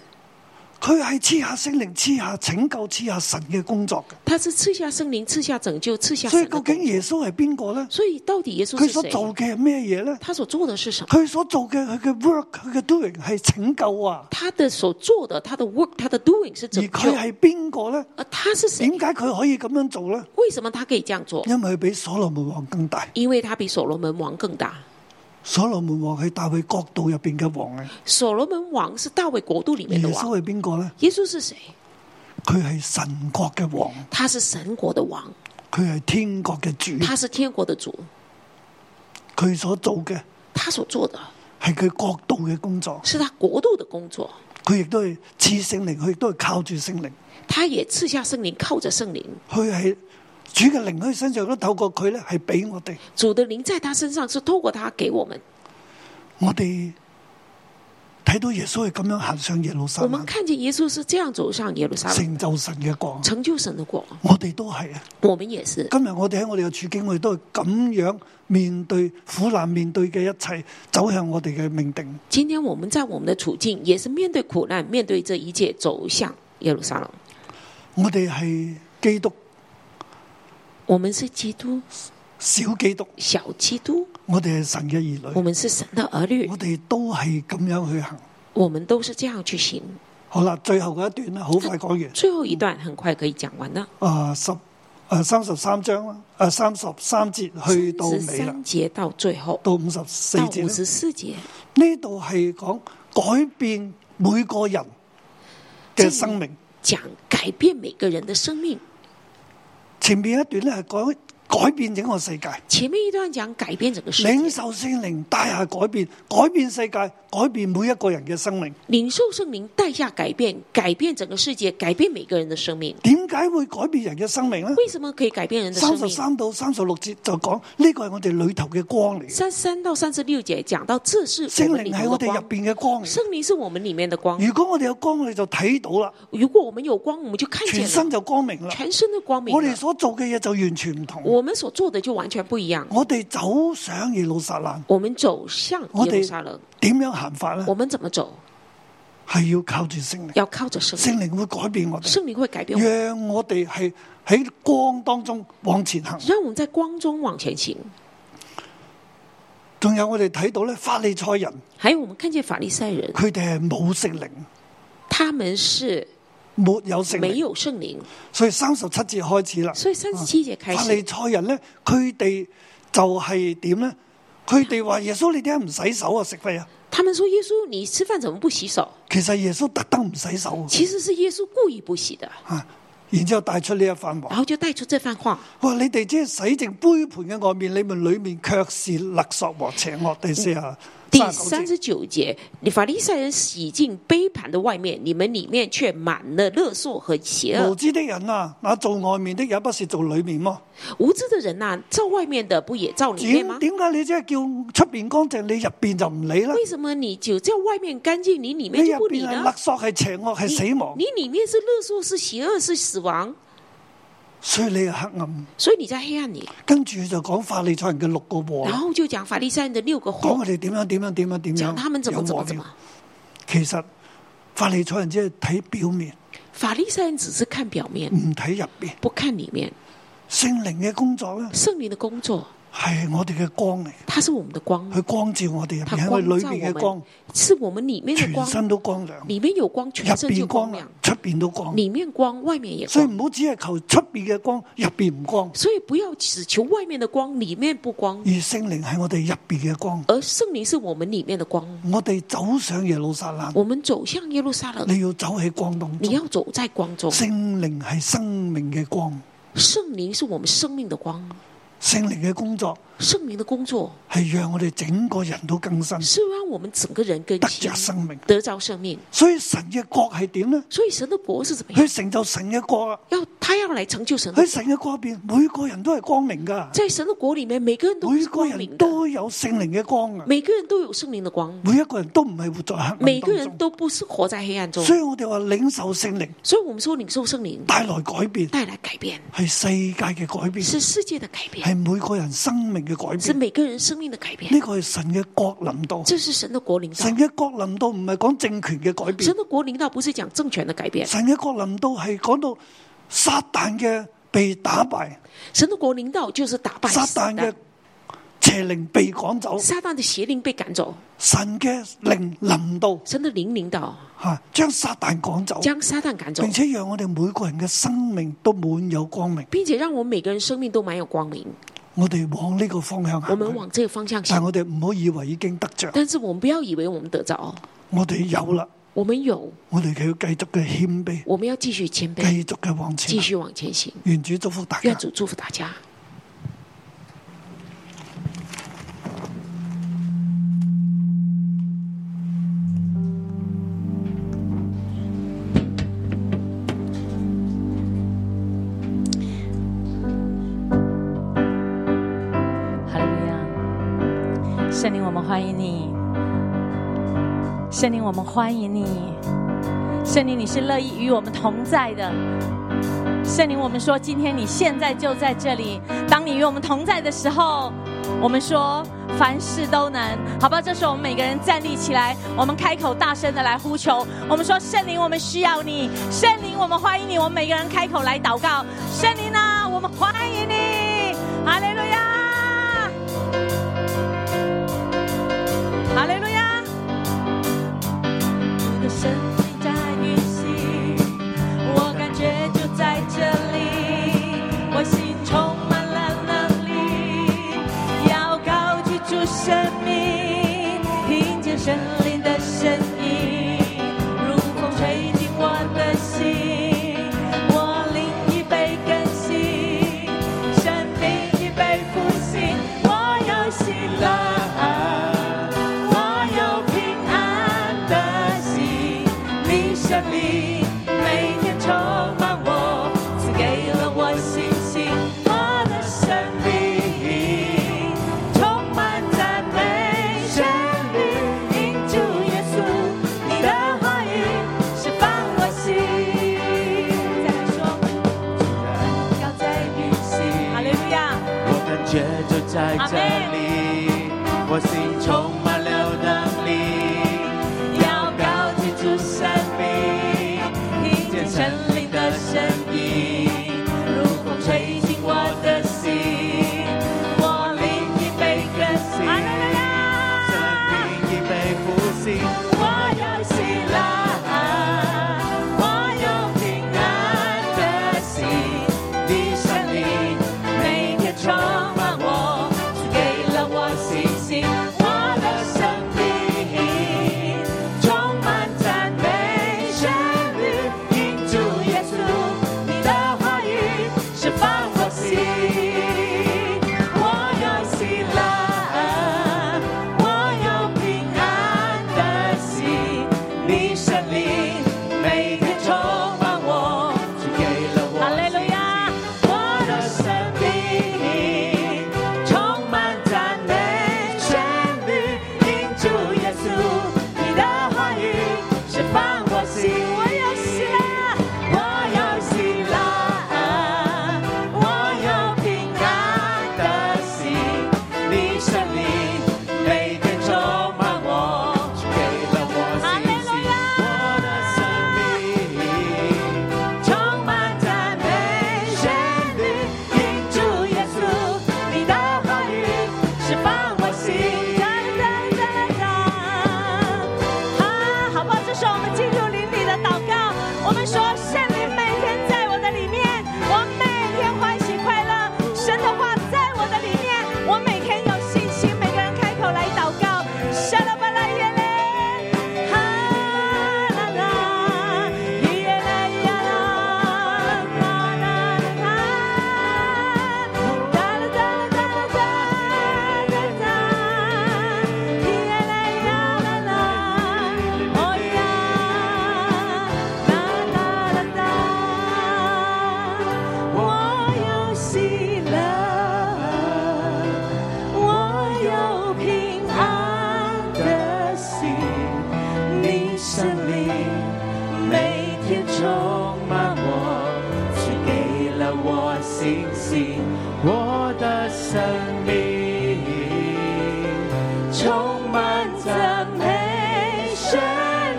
Speaker 2: 佢係賜下聖靈、賜下拯救、賜下神嘅工作嘅。
Speaker 3: 他是赐下圣灵，赐下拯救，赐下
Speaker 2: 所
Speaker 3: 神
Speaker 2: 以
Speaker 3: 的
Speaker 2: 究
Speaker 3: 工
Speaker 2: 竟
Speaker 3: 作。
Speaker 2: 耶穌係邊個咧？
Speaker 3: 所以到底耶稣
Speaker 2: 佢
Speaker 3: 是
Speaker 2: 所
Speaker 3: 谁？
Speaker 2: 做嘅係咩嘢咧？
Speaker 3: 他所做的是什么？
Speaker 2: 佢所做嘅佢嘅 work 佢嘅 doing 係拯救啊，
Speaker 3: 他的所做的，他的 work，他的 doing 是
Speaker 2: 而
Speaker 3: 拯
Speaker 2: 佢
Speaker 3: 救。
Speaker 2: 係邊個咧？
Speaker 3: 而他是谁
Speaker 2: 點？解佢可以咁樣做咧？
Speaker 3: 为什么他可以这样做？
Speaker 2: 因為佢比所羅門王更大，
Speaker 3: 因为他比所罗门王更大。
Speaker 2: 所羅門王係大衛國度入邊嘅王啊。
Speaker 3: 所罗门王是大卫国度啊里
Speaker 2: 耶
Speaker 3: 面的王，
Speaker 2: 穌係邊個咧？
Speaker 3: 耶稣是谁？
Speaker 2: 佢係神國嘅王，
Speaker 3: 他是神国的王，
Speaker 2: 佢係天國嘅主，
Speaker 3: 他是天国的主，
Speaker 2: 佢所做嘅
Speaker 3: 他所做的
Speaker 2: 係佢國度嘅工作，
Speaker 3: 是他国度的工作。
Speaker 2: 佢亦都係賜聖靈，佢亦都係靠住聖靈，
Speaker 3: 他也赐下圣灵，靠着圣灵，
Speaker 2: 佢係主嘅靈喺佢身上都透過佢咧係俾我哋，
Speaker 3: 主的灵在他身上是透过他给我们。
Speaker 2: 我哋睇到耶穌係咁樣行上耶路撒
Speaker 3: 我们
Speaker 2: 冷。
Speaker 3: 看见耶稣是这样走上耶路撒冷，
Speaker 2: 成就神嘅國，
Speaker 3: 成就神的国。
Speaker 2: 我哋都係啊！
Speaker 3: 我们也是，
Speaker 2: 今日我哋喺我哋嘅處境，我哋都係咁樣面對苦難，面對嘅一切，走向我哋嘅命定。
Speaker 3: 今天我们在我们的处境，也是面对苦难，面对这一切，走向耶路撒冷。
Speaker 2: 我哋係基督
Speaker 3: 我们是基督，
Speaker 2: 小基督，
Speaker 3: 小基督，
Speaker 2: 我哋係神嘅兒
Speaker 3: 我们是神的儿
Speaker 2: 女，
Speaker 3: 女
Speaker 2: 我，哋都係咁樣去行。
Speaker 3: 我们都是这样去行。
Speaker 2: 好啦，最後嗰一段啦，好快講完。
Speaker 3: 最后一段很快可以讲完了，
Speaker 2: 啊、十啊三十三章啦，啊三十三節去到
Speaker 3: 十
Speaker 2: 尾啦
Speaker 3: 三，节到最后
Speaker 2: 到五十四
Speaker 3: 到
Speaker 2: 節
Speaker 3: 五十
Speaker 2: 啦
Speaker 3: 四节，
Speaker 2: 呢度係講改變每個人嘅生命。
Speaker 3: 讲改变每个人的生命，
Speaker 2: 前面一段咧係改改變整個世界，
Speaker 3: 前面一段讲改变整个世
Speaker 2: 領
Speaker 3: 界，
Speaker 2: 受聖靈帶下改變，改變世界，改變每一個人嘅生命。
Speaker 3: 领受圣灵带下改变，改变整个世界，改变每个人的生命。
Speaker 2: 點解會改變人嘅生命呢？
Speaker 3: 为什么可以改变人的
Speaker 2: 三
Speaker 3: 生
Speaker 2: 十
Speaker 3: 命？
Speaker 2: 三到三十六節就講呢個係我哋裏頭嘅光嚟嘅，
Speaker 3: 三三到三十六节讲到，这是
Speaker 2: 聖
Speaker 3: 我们里
Speaker 2: 靈係
Speaker 3: 头
Speaker 2: 我
Speaker 3: 的
Speaker 2: 哋入
Speaker 3: 光，
Speaker 2: 边嘅光嚟。
Speaker 3: 圣灵是我们里面的光。
Speaker 2: 如果我哋有光，我哋就睇到啦，
Speaker 3: 如果我们有光，我们就看见
Speaker 2: 全
Speaker 3: 了
Speaker 2: 身就光明啦。
Speaker 3: 全身的光明
Speaker 2: 我
Speaker 3: 了。
Speaker 2: 哋所做嘅嘢就完全唔同。
Speaker 3: 我们所做的就完全不一样。
Speaker 2: 我哋走上耶路撒冷，
Speaker 3: 我们走向耶路撒冷，
Speaker 2: 點樣行法呢
Speaker 3: 我？们怎么走？
Speaker 2: 係要靠住聖靈，
Speaker 3: 要靠着圣灵，
Speaker 2: 聖靈會改變我哋，
Speaker 3: 圣灵会改变我们，
Speaker 2: 讓我哋係喺光當中往前行。
Speaker 3: 让我们在光中往前行。
Speaker 2: 仲有我哋睇到咧，法利賽人
Speaker 3: 还有，我们看见法利赛人，
Speaker 2: 佢哋係冇聖靈，
Speaker 3: 他们是
Speaker 2: 沒有聖
Speaker 3: 没
Speaker 2: 靈，
Speaker 3: 有圣灵，
Speaker 2: 所以三十七節開始啦。
Speaker 3: 所以三十七节开
Speaker 2: 法
Speaker 3: 始
Speaker 2: 啊利，賽人咧，佢哋就係點咧？佢哋話耶穌，你點解唔洗手啊？食費啊？
Speaker 3: 他们说：“耶稣，你吃饭怎么不洗手
Speaker 2: 其實耶穌特登唔洗手？”
Speaker 3: 其实是耶稣故意不洗的，
Speaker 2: 啊！然之後帶出呢一番話
Speaker 3: 然。后就带出这番话：
Speaker 2: 哇！你哋只係洗淨杯盤嘅外面，你們裏面卻是勒索和邪惡。第四啊，
Speaker 3: 嗯第
Speaker 2: 三十九
Speaker 3: 三
Speaker 2: 節
Speaker 3: 十九节，你法利赛人洗净杯盘的外面，你们里面却满了勒索和邪
Speaker 2: 無
Speaker 3: 恶。
Speaker 2: 知的人啊，那做外面的也不是做裏面麼？
Speaker 3: 无知的人呐、照外面的不也照里面吗
Speaker 2: 點？點解你只係叫出邊乾淨，你哎入邊就唔理啦？
Speaker 3: 为什么你就叫外面干净，你里面
Speaker 2: 你
Speaker 3: 就不
Speaker 2: 入
Speaker 3: 理
Speaker 2: 邊係勒
Speaker 3: 呢？
Speaker 2: 索，係邪惡，係
Speaker 3: 你
Speaker 2: 死亡
Speaker 3: 你，里面是勒索，是邪恶，是死亡，
Speaker 2: 所以你係黑暗。
Speaker 3: 所以你在黑暗里。
Speaker 2: 跟住就講法利賽人嘅六個禍
Speaker 3: 然
Speaker 2: 啦，
Speaker 3: 后就讲法利赛人的六个
Speaker 2: 講
Speaker 3: 祸，
Speaker 2: 佢哋點樣點樣點樣點
Speaker 3: 讲他们
Speaker 2: 樣
Speaker 3: 怎么
Speaker 2: 有
Speaker 3: 怎么
Speaker 2: 禍
Speaker 3: 怎
Speaker 2: 了。
Speaker 3: 么。
Speaker 2: 其實法利賽人只係睇表面，
Speaker 3: 法利赛人只是看表面，
Speaker 2: 唔睇入邊。
Speaker 3: 不看里面。
Speaker 2: 聖靈嘅工作咧，
Speaker 3: 圣灵的工作，
Speaker 2: 係我哋嘅光嚟。
Speaker 3: 它是我们的光，
Speaker 2: 佢光照我哋入
Speaker 3: 它
Speaker 2: 边，喺我
Speaker 3: 光
Speaker 2: 哋
Speaker 3: 照
Speaker 2: 里边嘅
Speaker 3: 我
Speaker 2: 光
Speaker 3: 们，，是我们里面的
Speaker 2: 全
Speaker 3: 光，
Speaker 2: 身都光亮，
Speaker 3: 里面有光，全
Speaker 2: 入
Speaker 3: 身就
Speaker 2: 边
Speaker 3: 光
Speaker 2: 光
Speaker 3: 亮
Speaker 2: 亮，，出边都光。啊
Speaker 3: 里面光，外面也
Speaker 2: 所以
Speaker 3: 光。
Speaker 2: 唔好只係求出边嘅光，入边唔光。
Speaker 3: 所以不要只求外面的光，里面不光
Speaker 2: 而。聖靈係我哋入边嘅光。
Speaker 3: 而圣灵是我们里面的光。
Speaker 2: 我哋走上耶路撒冷，
Speaker 3: 我们走向耶路撒冷，
Speaker 2: 你要走喺光當
Speaker 3: 你
Speaker 2: 中。
Speaker 3: 要走在光中。
Speaker 2: 聖靈係生命嘅光，
Speaker 3: 圣灵是我们生命的光，
Speaker 2: 聖靈嘅工作
Speaker 3: 圣灵的工作
Speaker 2: 係讓我哋整個人都更新，
Speaker 3: 是让我们整个人更
Speaker 2: 得
Speaker 3: 新
Speaker 2: 着，生命。
Speaker 3: 得着生命。
Speaker 2: 所以神嘅國係點呢？
Speaker 3: 所以神的国是怎么样？
Speaker 2: 佢成就神嘅國啊！
Speaker 3: 要他要来成就神的
Speaker 2: 喺，神嘅國入边，每個人都係光明噶，
Speaker 3: 在神的国里面，每个人都
Speaker 2: 每
Speaker 3: 是
Speaker 2: 個
Speaker 3: 光
Speaker 2: 人
Speaker 3: 明的，
Speaker 2: 都有聖靈嘅光啊！
Speaker 3: 每个人都有圣灵的光，
Speaker 2: 每一個人都唔係活在黑暗
Speaker 3: 每个人
Speaker 2: 當中，
Speaker 3: 都不是活在黑暗中。
Speaker 2: 所以我哋話領受聖靈
Speaker 3: 所以我们说，领受圣灵
Speaker 2: 帶來改變，
Speaker 3: 带来改变，
Speaker 2: 係世界嘅改變，
Speaker 3: 是世界的改变，
Speaker 2: 係每個人生命嘅改
Speaker 3: 是
Speaker 2: 變。
Speaker 3: 每个人生命的改
Speaker 2: 呢
Speaker 3: 变。
Speaker 2: 個係神嘅國臨到，
Speaker 3: 这是神的国领导
Speaker 2: 神。嘅國臨到唔係講政權嘅改
Speaker 3: 神
Speaker 2: 變，
Speaker 3: 的国领导不是讲政权的改变，
Speaker 2: 神嘅國臨到係講到撒旦嘅被打敗，
Speaker 3: 神的国领导就是打败
Speaker 2: 撒
Speaker 3: 死
Speaker 2: 旦嘅邪靈被趕走，
Speaker 3: 撒旦的邪灵被赶走，
Speaker 2: 神嘅靈臨到
Speaker 3: 神的灵领导
Speaker 2: 吓，將撒旦趕走，
Speaker 3: 将撒旦赶走
Speaker 2: 並，哦且讓我哋每個人嘅生命都滿有光明。
Speaker 3: 并且让我们每个人生命都满有光明。
Speaker 2: 我哋往呢個方向
Speaker 3: 我
Speaker 2: 行
Speaker 3: 们
Speaker 2: 去。
Speaker 3: 往这个方向
Speaker 2: 但
Speaker 3: 行，
Speaker 2: 我哋唔好以為已經得着，
Speaker 3: 但是我们不要以为我们得着，
Speaker 2: 我哋有啦，
Speaker 3: 我们有，
Speaker 2: 我哋就要繼續嘅謙卑，
Speaker 3: 我们要继续谦卑，
Speaker 2: 繼續嘅往前
Speaker 3: 继
Speaker 2: 行。
Speaker 3: 续往前行。
Speaker 2: 願主祝福大
Speaker 3: 愿
Speaker 2: 家。
Speaker 3: 主祝福大家。
Speaker 4: 哈利路亚！圣灵，我们欢迎你。圣灵，我们欢迎你。圣灵，你是乐意与我们同在的。圣灵，我们说，今天你现在就在这里。当你与我们同在的时候，我们说凡事都能，好吧？这时候我们每个人站立起来，我们开口大声的来呼求。我们说，圣灵，我们需要你。圣灵，我们欢迎你。我们每个人开口来祷告。圣灵啊，我们欢迎你。哈利路亚。哈利路亚！我的生命在运行，我感觉就在这里，我心充满了能力，要高举出生命，听见神灵的声音，如风吹进我的心，我灵已被更新。
Speaker 2: 是
Speaker 5: 我要喜乐，我有平安的心，你神灵每天充满我，赐给了我信心，我的生命充满赞美旋律，因主耶稣，你的话语释放我心，我要喜乐，我有平安的心，你神灵每天充满我，赐给了我哈利路亚，我的生命充满赞美旋律，因主耶稣你的话语释放我心，我要喜乐，我要喜乐，我有平安的心，你神灵每天充满我，给了我信心，我的生命。充满赞美旋律，因主耶稣，你的话语释放我心。啊，好不好？这时候我们进入邻里的祷告，我们说圣灵每天在我的里面，我每天欢喜快乐，神的话在我的里面，我每天有信心。每个人开口来祷告，沙拉巴拉耶嘞，哈啦啦，耶嘞呀啦，啦啦啦，哒啦哒啦哒啦哒哒哒，耶嘞呀啦啦，哦呀，啦啦啦哒，我有喜乐。我有平安的心，你神灵每天充满我，赐给了我信心，我的生命充满赞美旋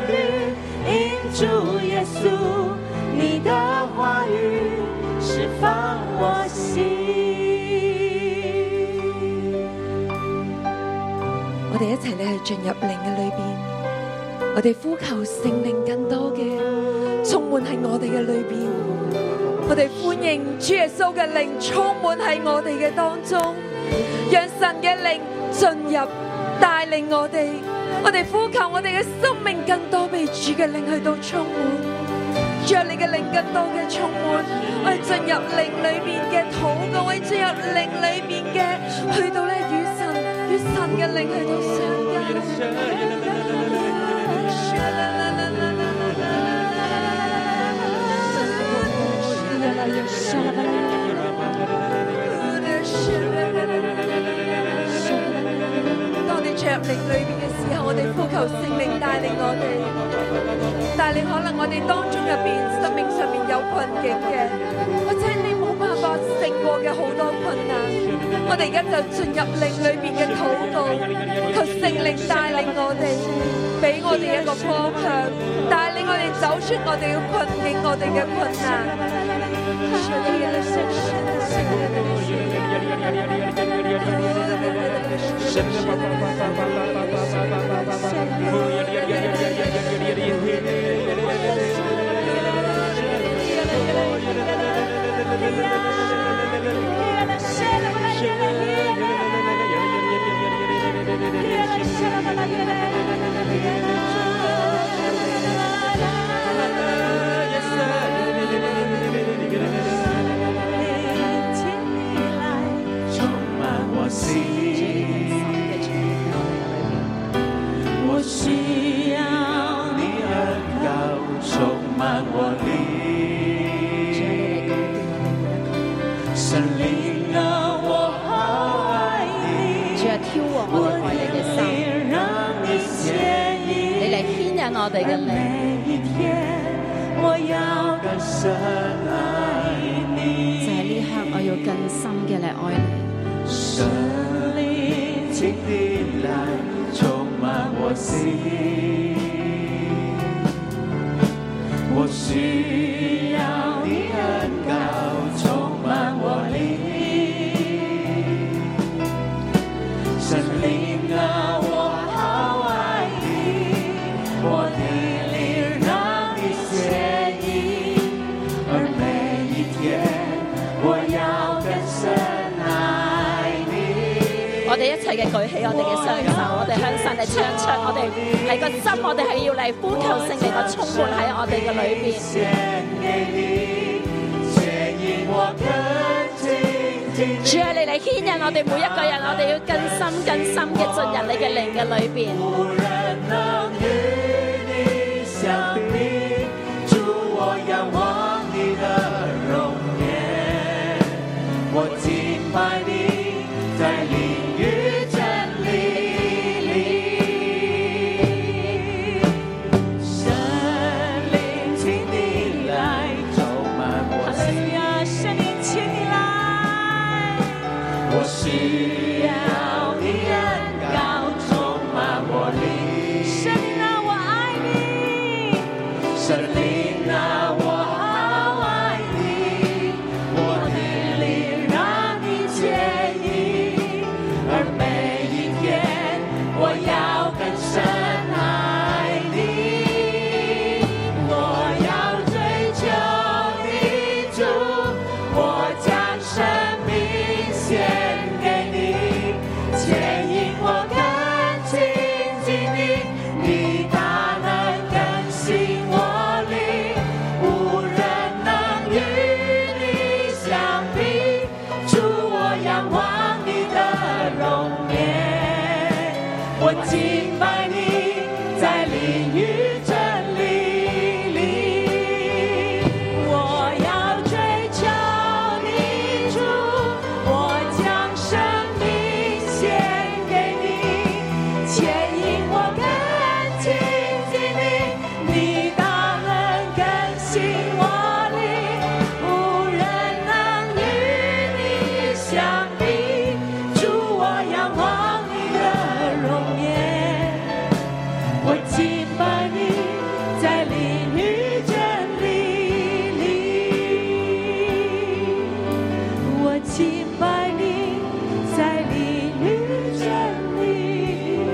Speaker 5: 律，因主耶稣你的话语释放我心。
Speaker 4: 我哋一齊咧去進入靈嘅裏边，我哋呼求聖靈更多嘅充滿喺我哋嘅裏边，我哋歡迎主耶穌嘅靈充滿喺我哋嘅當中，讓神嘅靈進入帶領我哋，我哋呼求我哋嘅生命更多被主嘅靈去到充滿。让你嘅灵更多嘅充满，我哋进入灵里面嘅祷告，我哋进入灵里面嘅去到咧与神与神嘅灵去到相交。当我哋进入灵里面嘅时候，我哋呼求圣灵带领我哋。但系你可能我哋當中入边生命上面有困境嘅，或者你冇辦法勝過嘅好多困難，我哋而家就進入靈裏面嘅禱告，求聖靈帶領我哋，俾我哋一個方向，帶領我哋走出我哋嘅困境，我哋嘅困
Speaker 6: 我需要你恩膏充满我灵，神灵啊，我好爱你，
Speaker 7: 主啊，挑旺我哋愛你嘅心，
Speaker 6: 你让你牵
Speaker 7: 你
Speaker 6: 引
Speaker 7: 嚟牽引我哋嘅靈。
Speaker 6: 每一天，我要更深爱
Speaker 7: 就係呢
Speaker 6: 你，
Speaker 7: 刻，我要更深嘅嚟愛你。
Speaker 6: 神灵，请你来充满我心。我需要你恩膏充满我灵，神灵啊，我好爱你，
Speaker 8: 哋嘅舉起我哋嘅雙手，我哋向神嚟唱出，我哋係個心，我哋係要嚟呼求聖靈嘅充滿喺我哋嘅裏邊。主啊，你嚟牽引我哋每一個人，我哋要更深更深嘅進入你嘅靈嘅裏邊。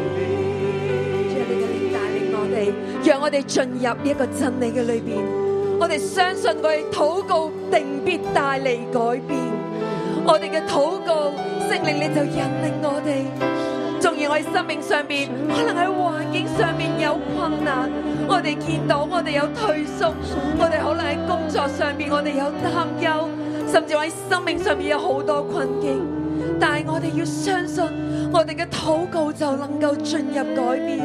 Speaker 4: 主啊，你嘅靈帶領我哋，讓我哋進入呢一個真理嘅裏邊。我哋相信我哋禱告定必帶嚟改變。我哋嘅禱告，聖靈你就引領我哋。縱然我哋生命上邊，可能喺環境上面有困難，我哋見到我哋有退縮，我哋可能喺工作上面我哋有擔憂，甚至我喺生命上面有好多困境。但係我哋要相信，我哋嘅禱告就能夠進入改變。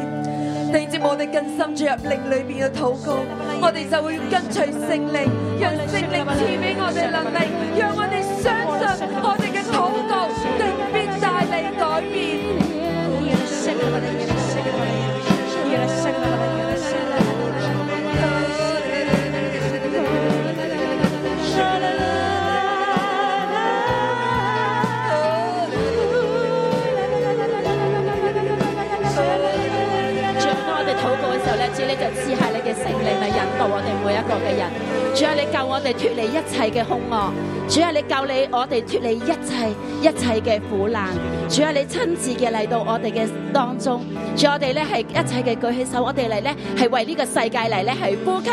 Speaker 4: 第接我哋更深進入靈裏邊嘅禱告，我哋就會跟隨聖靈，讓聖靈賜俾我哋能力，讓我哋相信我哋嘅禱告定必帶嚟改變。
Speaker 8: 主啊，當我哋禱告嘅時候咧，主你就賜下你嘅聖靈嚟引導我哋每一個嘅人。主啊，你救我哋脱離一切嘅兇惡。主啊，你救你我哋脱離一切一切嘅苦難。主啊，你親自嘅嚟到我哋嘅當中。主啊，我哋咧係一切嘅舉起手，我哋嚟咧係為呢個世界嚟咧係呼求。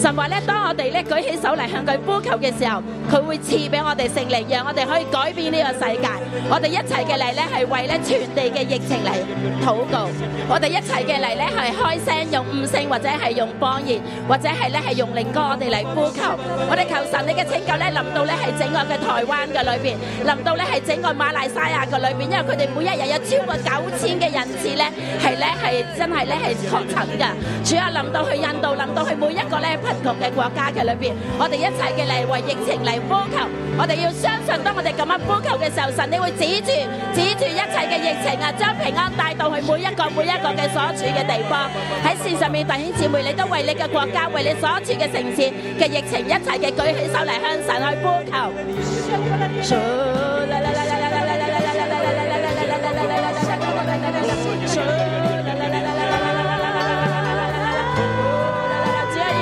Speaker 8: 神話咧，當我哋咧舉起手嚟向佢呼求嘅時候，佢會賜俾我哋聖靈，讓我哋可以改變呢個世界。我哋一齊嘅嚟咧係為咧全地嘅疫情嚟禱告。我哋一齊嘅嚟咧係開聲用悟性，或者係用方言，或者係咧係用靈歌，我哋嚟呼求。我哋求神你嘅拯救咧，臨到咧係整個嘅台灣嘅裏邊，臨到咧係整個馬來西亞嘅裏邊，因為佢哋每一日有超過九千嘅人次咧係咧係真係咧係確診㗎。主啊，臨到去印度，臨到去每一個咧貧窮嘅國家嘅裏邊，我哋一齊嘅嚟為疫情嚟呼求。我哋要相信，當我哋咁樣呼求嘅時候，神你會指住指住一切嘅疫情啊，將平安帶到去每一個每一個嘅所處嘅地方。喺線上面弟兄姊妹，你都為你嘅國家、為你所處嘅城市嘅疫情一齊嘅舉起手嚟向神去呼求。主啊，願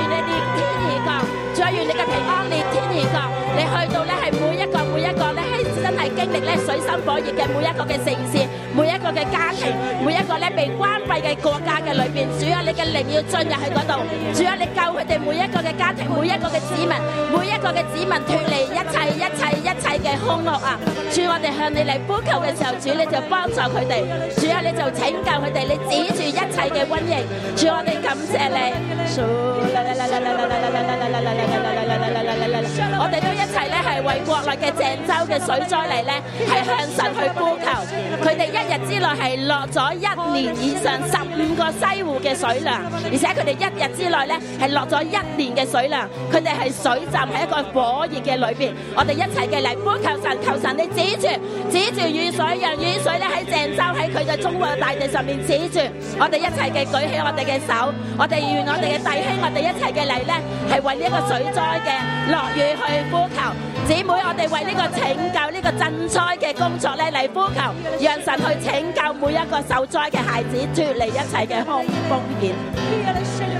Speaker 8: 你烈天而降，主啊，願你嘅平安烈天而降。你去到咧係每一個每一個咧係真係經歷咧水深火熱嘅每一個嘅城市，每每一個嘅家庭，每一個咧被關閉嘅國家嘅裏邊，主啊，你嘅靈要進入去嗰度，主啊，你救佢哋每一個嘅家庭，每一個嘅子民，每一個嘅子民脱離一切一切一切嘅兇惡啊！主，我哋向你嚟呼求嘅時候，主你就幫助佢哋，主啊，你就拯救佢哋，你止住一切嘅瘟疫，主我哋感謝你。我哋都一齊咧係為國內嘅鄭州嘅水災嚟咧係向神去呼求，佢哋一日之內係落咗一年以上十五個西湖嘅水量，而且佢哋一日之內咧係落咗一年嘅水量，佢哋係水浸喺一個火熱嘅裏邊，我哋一齊嘅嚟呼求神，求神你指住指住雨水，讓雨水咧喺鄭州喺佢嘅中國大地上面指住，我哋一齊嘅舉起我哋嘅手，我哋願我哋嘅弟兄，我哋一齊嘅嚟咧係為呢一個水災嘅落雨去呼求，姊妹我哋為呢個拯救呢個賑災嘅工作咧嚟呼求，讓神去拯救每一個受災嘅孩子脱離一切嘅空風險。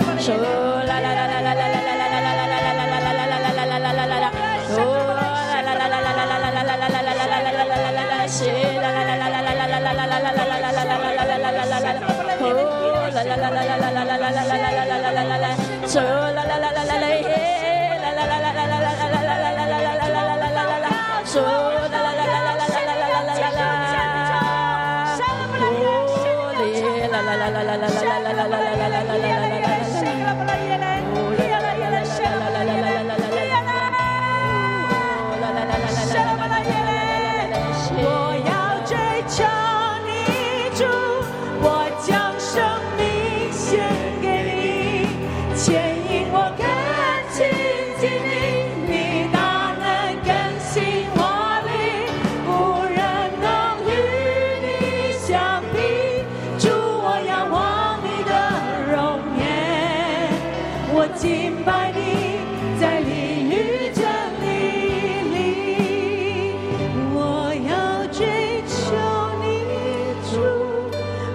Speaker 8: 我要追求你主，我将生命献给你，牵引我更亲近你，你大能更新我灵，无人能与你相比。主，啊我仰望你的容颜，我敬拜你，在淋雨真理里。我要追求你主，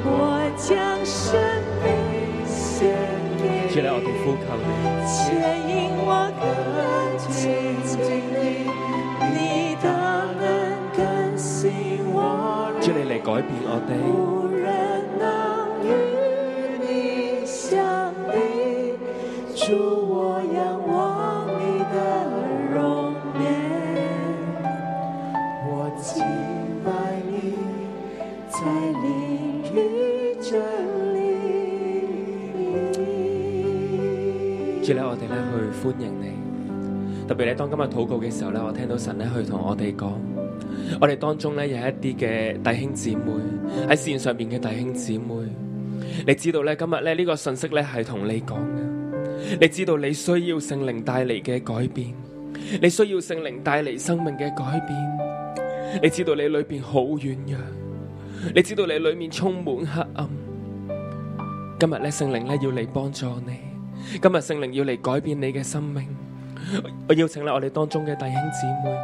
Speaker 8: 我将生命献给
Speaker 6: 主你，我哋呼求你，
Speaker 8: 牵引我更亲近你，你的能更新我，
Speaker 6: 主你嚟改變我
Speaker 8: 无人能与你相比。主，我仰望你的容颜，我敬拜你，在淋雨真理里。
Speaker 6: 哋，主你我哋咧去歡迎你。特別咧，當今日禱告嘅時候咧，我聽到神咧去同我哋講，我哋當中咧有一啲嘅弟兄姊妹喺線上邊嘅弟兄姊妹，你知道咧今日咧呢個信息咧係同你講嘅，你知道你需要聖靈帶嚟嘅改變，你需要聖靈帶嚟生命嘅改變，你知道你裏邊好軟弱，你知道你裏面充滿黑暗。今日咧，聖靈咧要嚟幫助你，今日聖靈要嚟改變你嘅生命。我我邀請咧，我哋當中嘅弟兄姊妹，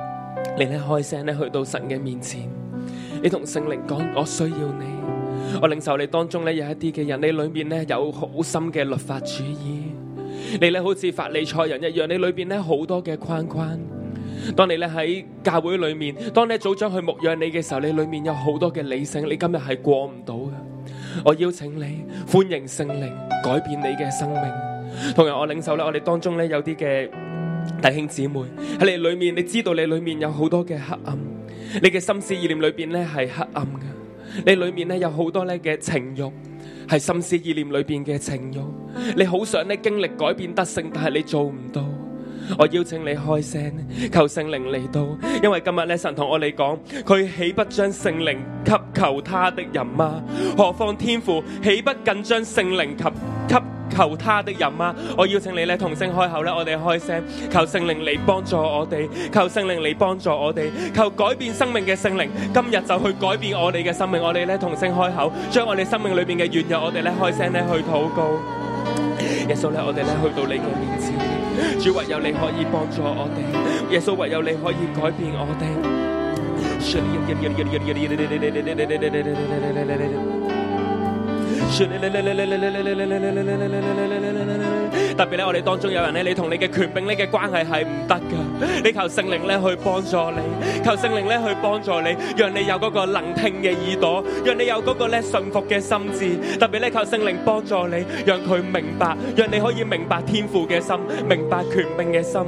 Speaker 6: 你咧開聲咧去到神嘅面前，你同聖靈講：我需要你。我領受你當中咧有一啲嘅人，你裏面咧有好深嘅律法主義，你咧好似法利賽人一樣，你裏邊咧好多嘅框框。當你咧喺教會裏面，當你組長去牧養你嘅時候，你裏面有好多嘅理性，你今日係過唔到嘅。我邀請你，歡迎聖靈改變你嘅生命。同樣，我領受咧，我哋當中咧有啲嘅。弟兄姊妹喺你裏面，你知道你裏面有好多嘅黑暗，你嘅心思意念裏邊咧係黑暗嘅，你裏面咧有好多咧嘅情欲，係心思意念裏邊嘅情欲，你好想咧經歷改變得勝，但係你做唔到。我邀請你開聲，求聖靈嚟到，因為今日咧神同我哋講，佢豈不將聖靈給求他的人嗎？何況天父豈不更將聖靈及給求他的人嗎？我邀請你咧同聲開口咧，我哋開聲，求聖靈嚟幫助我哋，求聖靈嚟幫助我哋，求改變生命嘅聖靈，今日就去改變我哋嘅生命，我哋咧同聲開口，將我哋生命裏邊嘅軟弱，我哋咧開聲咧去禱告。耶穌咧，我哋咧去到你嘅面前，主唯有你可以幫助我哋，耶穌唯有你可以改變我哋。特別咧，我哋當中有人咧，你同你嘅權柄、你嘅關係係唔得噶，你求聖靈咧去幫助你，求聖靈咧去幫助你，讓你有嗰個能聽嘅耳朵，讓你有嗰個咧信服嘅心智。特別咧，求聖靈幫助你，讓佢明白，讓你可以明白天父嘅心，明白權柄嘅心。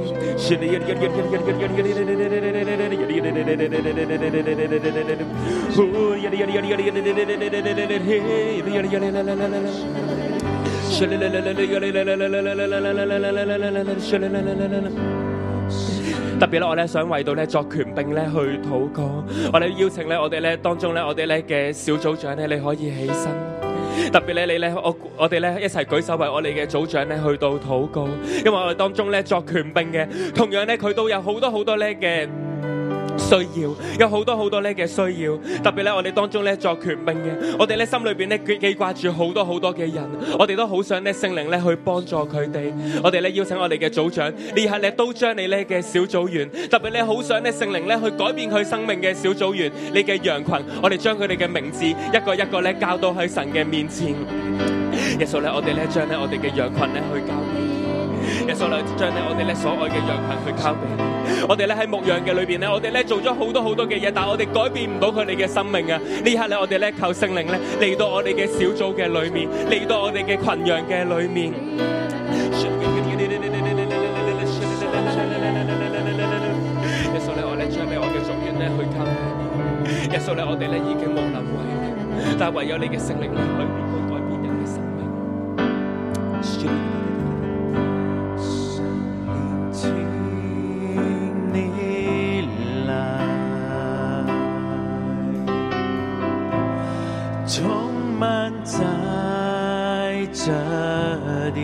Speaker 6: 特別咧，我咧想為到咧作權柄咧去禱告，我哋邀請咧我哋咧當中咧我哋咧嘅小組長咧，你可以起身。特別咧，你咧，我我哋咧一齊舉手為我哋嘅組長咧去到禱告，因為我哋當中咧作權柄嘅，同樣咧佢都有好多好多咧嘅。需要有好多好多咧嘅需要，特別咧我哋當中咧作權柄嘅，我哋咧心裏邊咧記記掛住好多好多嘅人，我哋都好想咧聖靈咧去幫助佢哋，我哋咧邀請我哋嘅組長呢刻咧都將你咧嘅小組員，特別咧好想咧聖靈咧去改變佢生命嘅小組員，你嘅羊群，我哋將佢哋嘅名字一個一個咧交到喺神嘅面前，耶穌咧我哋咧將咧我哋嘅羊群咧去交俾你，耶穌咧將咧我哋咧所愛嘅羊群去交俾你。我哋咧喺牧羊嘅裏邊咧，我哋咧做咗好多好多嘅嘢，但係我哋改變唔到佢哋嘅生命啊！呢刻咧，我哋咧求聖靈咧嚟到我哋嘅小組嘅裏面，嚟到我哋嘅群羊嘅裏面。耶穌咧，我咧將俾我嘅組員咧去靠你。耶穌咧，我哋咧已經無能為力，但係唯有你嘅聖靈咧去改變人嘅生命。
Speaker 5: 请你来，充满在这里。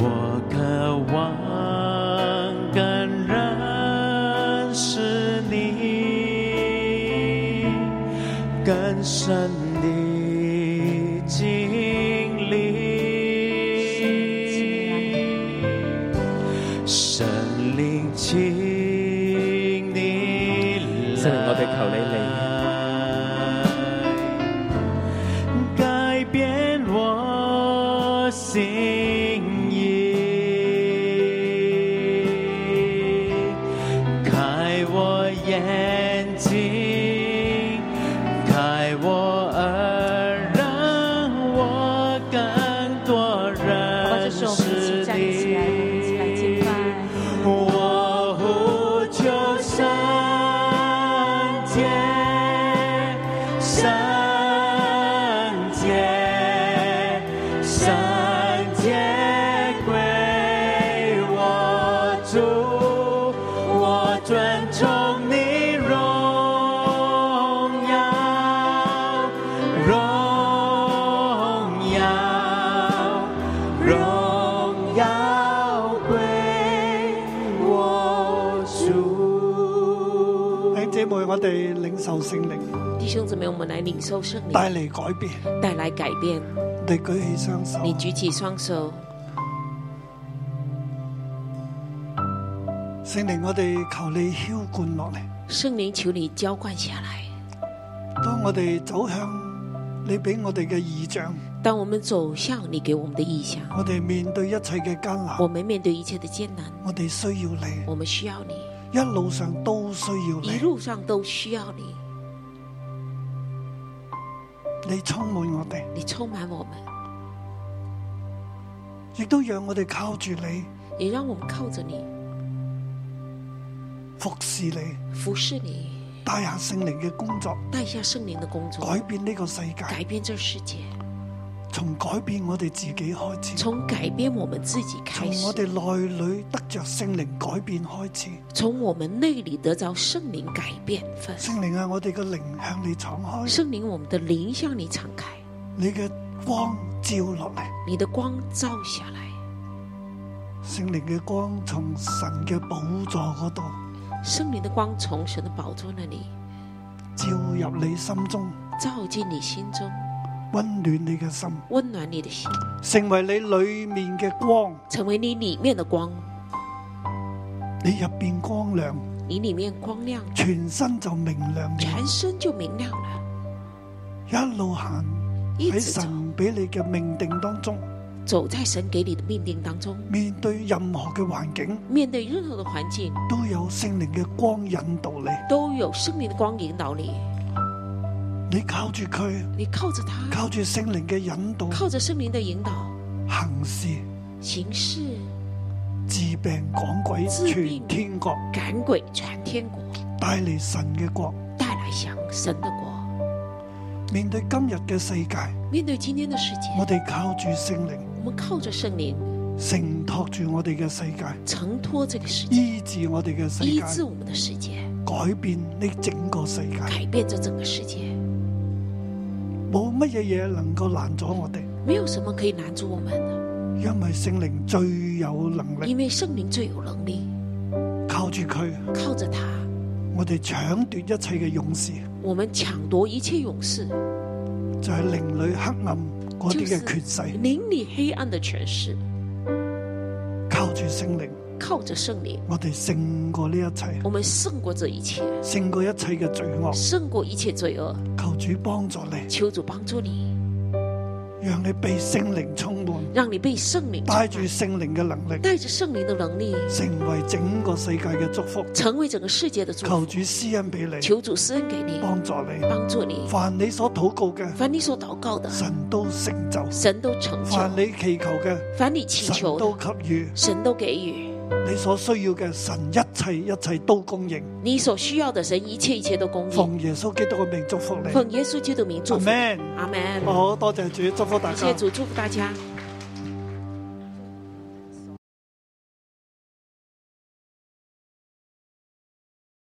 Speaker 5: 我渴望更认识你，更深地经历。神灵，请你来。
Speaker 6: 神灵我哋求你
Speaker 5: 改变我心意，开我眼睛，开我耳，让我更多
Speaker 4: 好吧，
Speaker 5: 认
Speaker 4: 这时候我
Speaker 5: 识
Speaker 4: 们一起站起来，我们一
Speaker 5: 你
Speaker 4: 起。来敬拜。
Speaker 5: 我呼求圣洁，圣洁，圣洁归我主，我尊崇你荣耀，荣耀。荣耀归我主。
Speaker 2: 弟兄姊妹，我哋領受聖靈
Speaker 3: 弟兄姊妹，我们来领受圣
Speaker 2: 帶
Speaker 3: 灵，
Speaker 2: 嚟改變，
Speaker 3: 带来改变。
Speaker 2: 我哋舉起雙手，啊
Speaker 3: 你举起双手，
Speaker 2: 聖靈，我哋求你浇灌落嚟。
Speaker 3: 圣灵求你浇灌下来。
Speaker 2: 當我哋走向你俾我哋嘅異象，
Speaker 3: 当我们走向你给我们的意向，
Speaker 2: 我哋面對一切嘅艱難，
Speaker 3: 我们面对一切的艰难，
Speaker 2: 我哋需要你，
Speaker 3: 我们需要你，
Speaker 2: 一路上都需要
Speaker 3: 一
Speaker 2: 你，
Speaker 3: 路上都需要你，
Speaker 2: 你充滿我哋，
Speaker 3: 你充满我们，
Speaker 2: 亦都讓我哋靠住你
Speaker 3: 也让我们靠着你
Speaker 2: 服侍你，
Speaker 3: 服侍你，
Speaker 2: 帶下聖靈嘅工作，
Speaker 3: 带下圣灵的工作，
Speaker 2: 改變呢個世
Speaker 3: 改
Speaker 2: 界，
Speaker 3: 变这世界，
Speaker 2: 從改變我哋自己開始，
Speaker 3: 从改变我们自己
Speaker 2: 從
Speaker 3: 开始
Speaker 2: 我，哋內裏得着聖靈改變開始。
Speaker 3: 从我们内里得着圣灵改变分。
Speaker 2: 聖靈啊，我哋嘅靈向你敞開，
Speaker 3: 圣灵，我们的灵向你敞开，
Speaker 2: 你嘅光照落嚟，
Speaker 3: 你的光照下来，
Speaker 2: 聖靈嘅光從神嘅寶座嗰度
Speaker 3: 圣灵的光从神的宝座那里
Speaker 2: 照入你心中，
Speaker 3: 照进你心中，
Speaker 2: 温暖你嘅心，
Speaker 3: 温暖你的心，
Speaker 2: 成為你裏面嘅光，
Speaker 3: 成为你里面的光，
Speaker 2: 你入邊光亮，
Speaker 3: 你里面光亮，
Speaker 2: 全身就明亮了，
Speaker 3: 全身就明亮了。
Speaker 2: 一路行
Speaker 3: 一
Speaker 2: 喺
Speaker 3: 直走，
Speaker 2: 神俾你嘅命定當中，
Speaker 3: 走在神给你的命定当中，
Speaker 2: 面對任何嘅環境
Speaker 3: 面对任何的环境，
Speaker 2: 都有聖靈嘅光引導
Speaker 3: 都有圣灵的光引导你。
Speaker 2: 你，你靠住佢，
Speaker 3: 你靠着他，
Speaker 2: 靠住聖靈嘅引導
Speaker 3: 靠着圣灵的引导
Speaker 2: 行事，
Speaker 3: 行事，
Speaker 2: 治病趕鬼，
Speaker 3: 治病
Speaker 2: 全天國
Speaker 3: 赶鬼传天国，
Speaker 2: 帶嚟神嘅國。
Speaker 3: 带来降神的国。
Speaker 2: 面對今日嘅世界，
Speaker 3: 面对今天的世界，
Speaker 2: 我哋靠住聖靈
Speaker 3: 我们靠着圣灵
Speaker 2: 承托住我哋嘅世界，
Speaker 3: 承托这个世界，
Speaker 2: 醫治我哋嘅世
Speaker 3: 医治
Speaker 2: 界，
Speaker 3: 我们的世界，
Speaker 2: 改變呢整個世界。
Speaker 3: 改变着整个世界。
Speaker 2: 冇乜嘢嘢能夠攔阻我哋，
Speaker 3: 没有什么可以拦住我们的，
Speaker 2: 因為聖靈最有能力，
Speaker 3: 因为圣灵最有能力，
Speaker 2: 靠住佢，
Speaker 3: 靠着他，
Speaker 2: 我哋搶奪一切嘅勇士，
Speaker 3: 我们抢夺一切勇士，
Speaker 2: 就係靈裏黑暗嗰
Speaker 3: 就
Speaker 2: 啲嘅權
Speaker 3: 是
Speaker 2: 勢，
Speaker 3: 邻里黑暗的权势。
Speaker 2: 靠住聖靈，
Speaker 3: 靠着圣灵，
Speaker 2: 我哋勝過呢一切，
Speaker 3: 我们胜过这一切，
Speaker 2: 勝過一切嘅罪惡。
Speaker 3: 胜过一切罪恶。
Speaker 2: 求主幫助你，
Speaker 3: 求主帮助你，
Speaker 2: 讓你被聖靈充滿，
Speaker 3: 让你被圣灵充
Speaker 2: 帶
Speaker 3: 满
Speaker 2: 住聖靈嘅能力，
Speaker 3: 带着圣灵的能力，
Speaker 2: 成為整個世界嘅祝福。
Speaker 3: 成为整个世界的祝
Speaker 2: 求
Speaker 3: 福。
Speaker 2: 主施恩俾你，
Speaker 3: 求主施恩給你，
Speaker 2: 幫助你。
Speaker 3: 帮助你。
Speaker 2: 凡你所禱告嘅，
Speaker 3: 凡你所祷告的，
Speaker 2: 神都成就；
Speaker 3: 神都成就；
Speaker 2: 凡你祈求嘅，
Speaker 3: 凡你祈
Speaker 2: 神
Speaker 3: 求
Speaker 2: 都
Speaker 3: 的，
Speaker 2: 給予。
Speaker 3: 神都给予。
Speaker 2: 你所需要嘅神一切一切都供應，
Speaker 3: 你所需要的，神一切一切都供应。
Speaker 2: 奉耶穌基督嘅名祝福你。
Speaker 3: 奉耶稣基督的名祝福你，哦
Speaker 2: Amen
Speaker 3: 阿门。
Speaker 2: 好多謝主，祝福大家
Speaker 3: 谢。主祝福大家。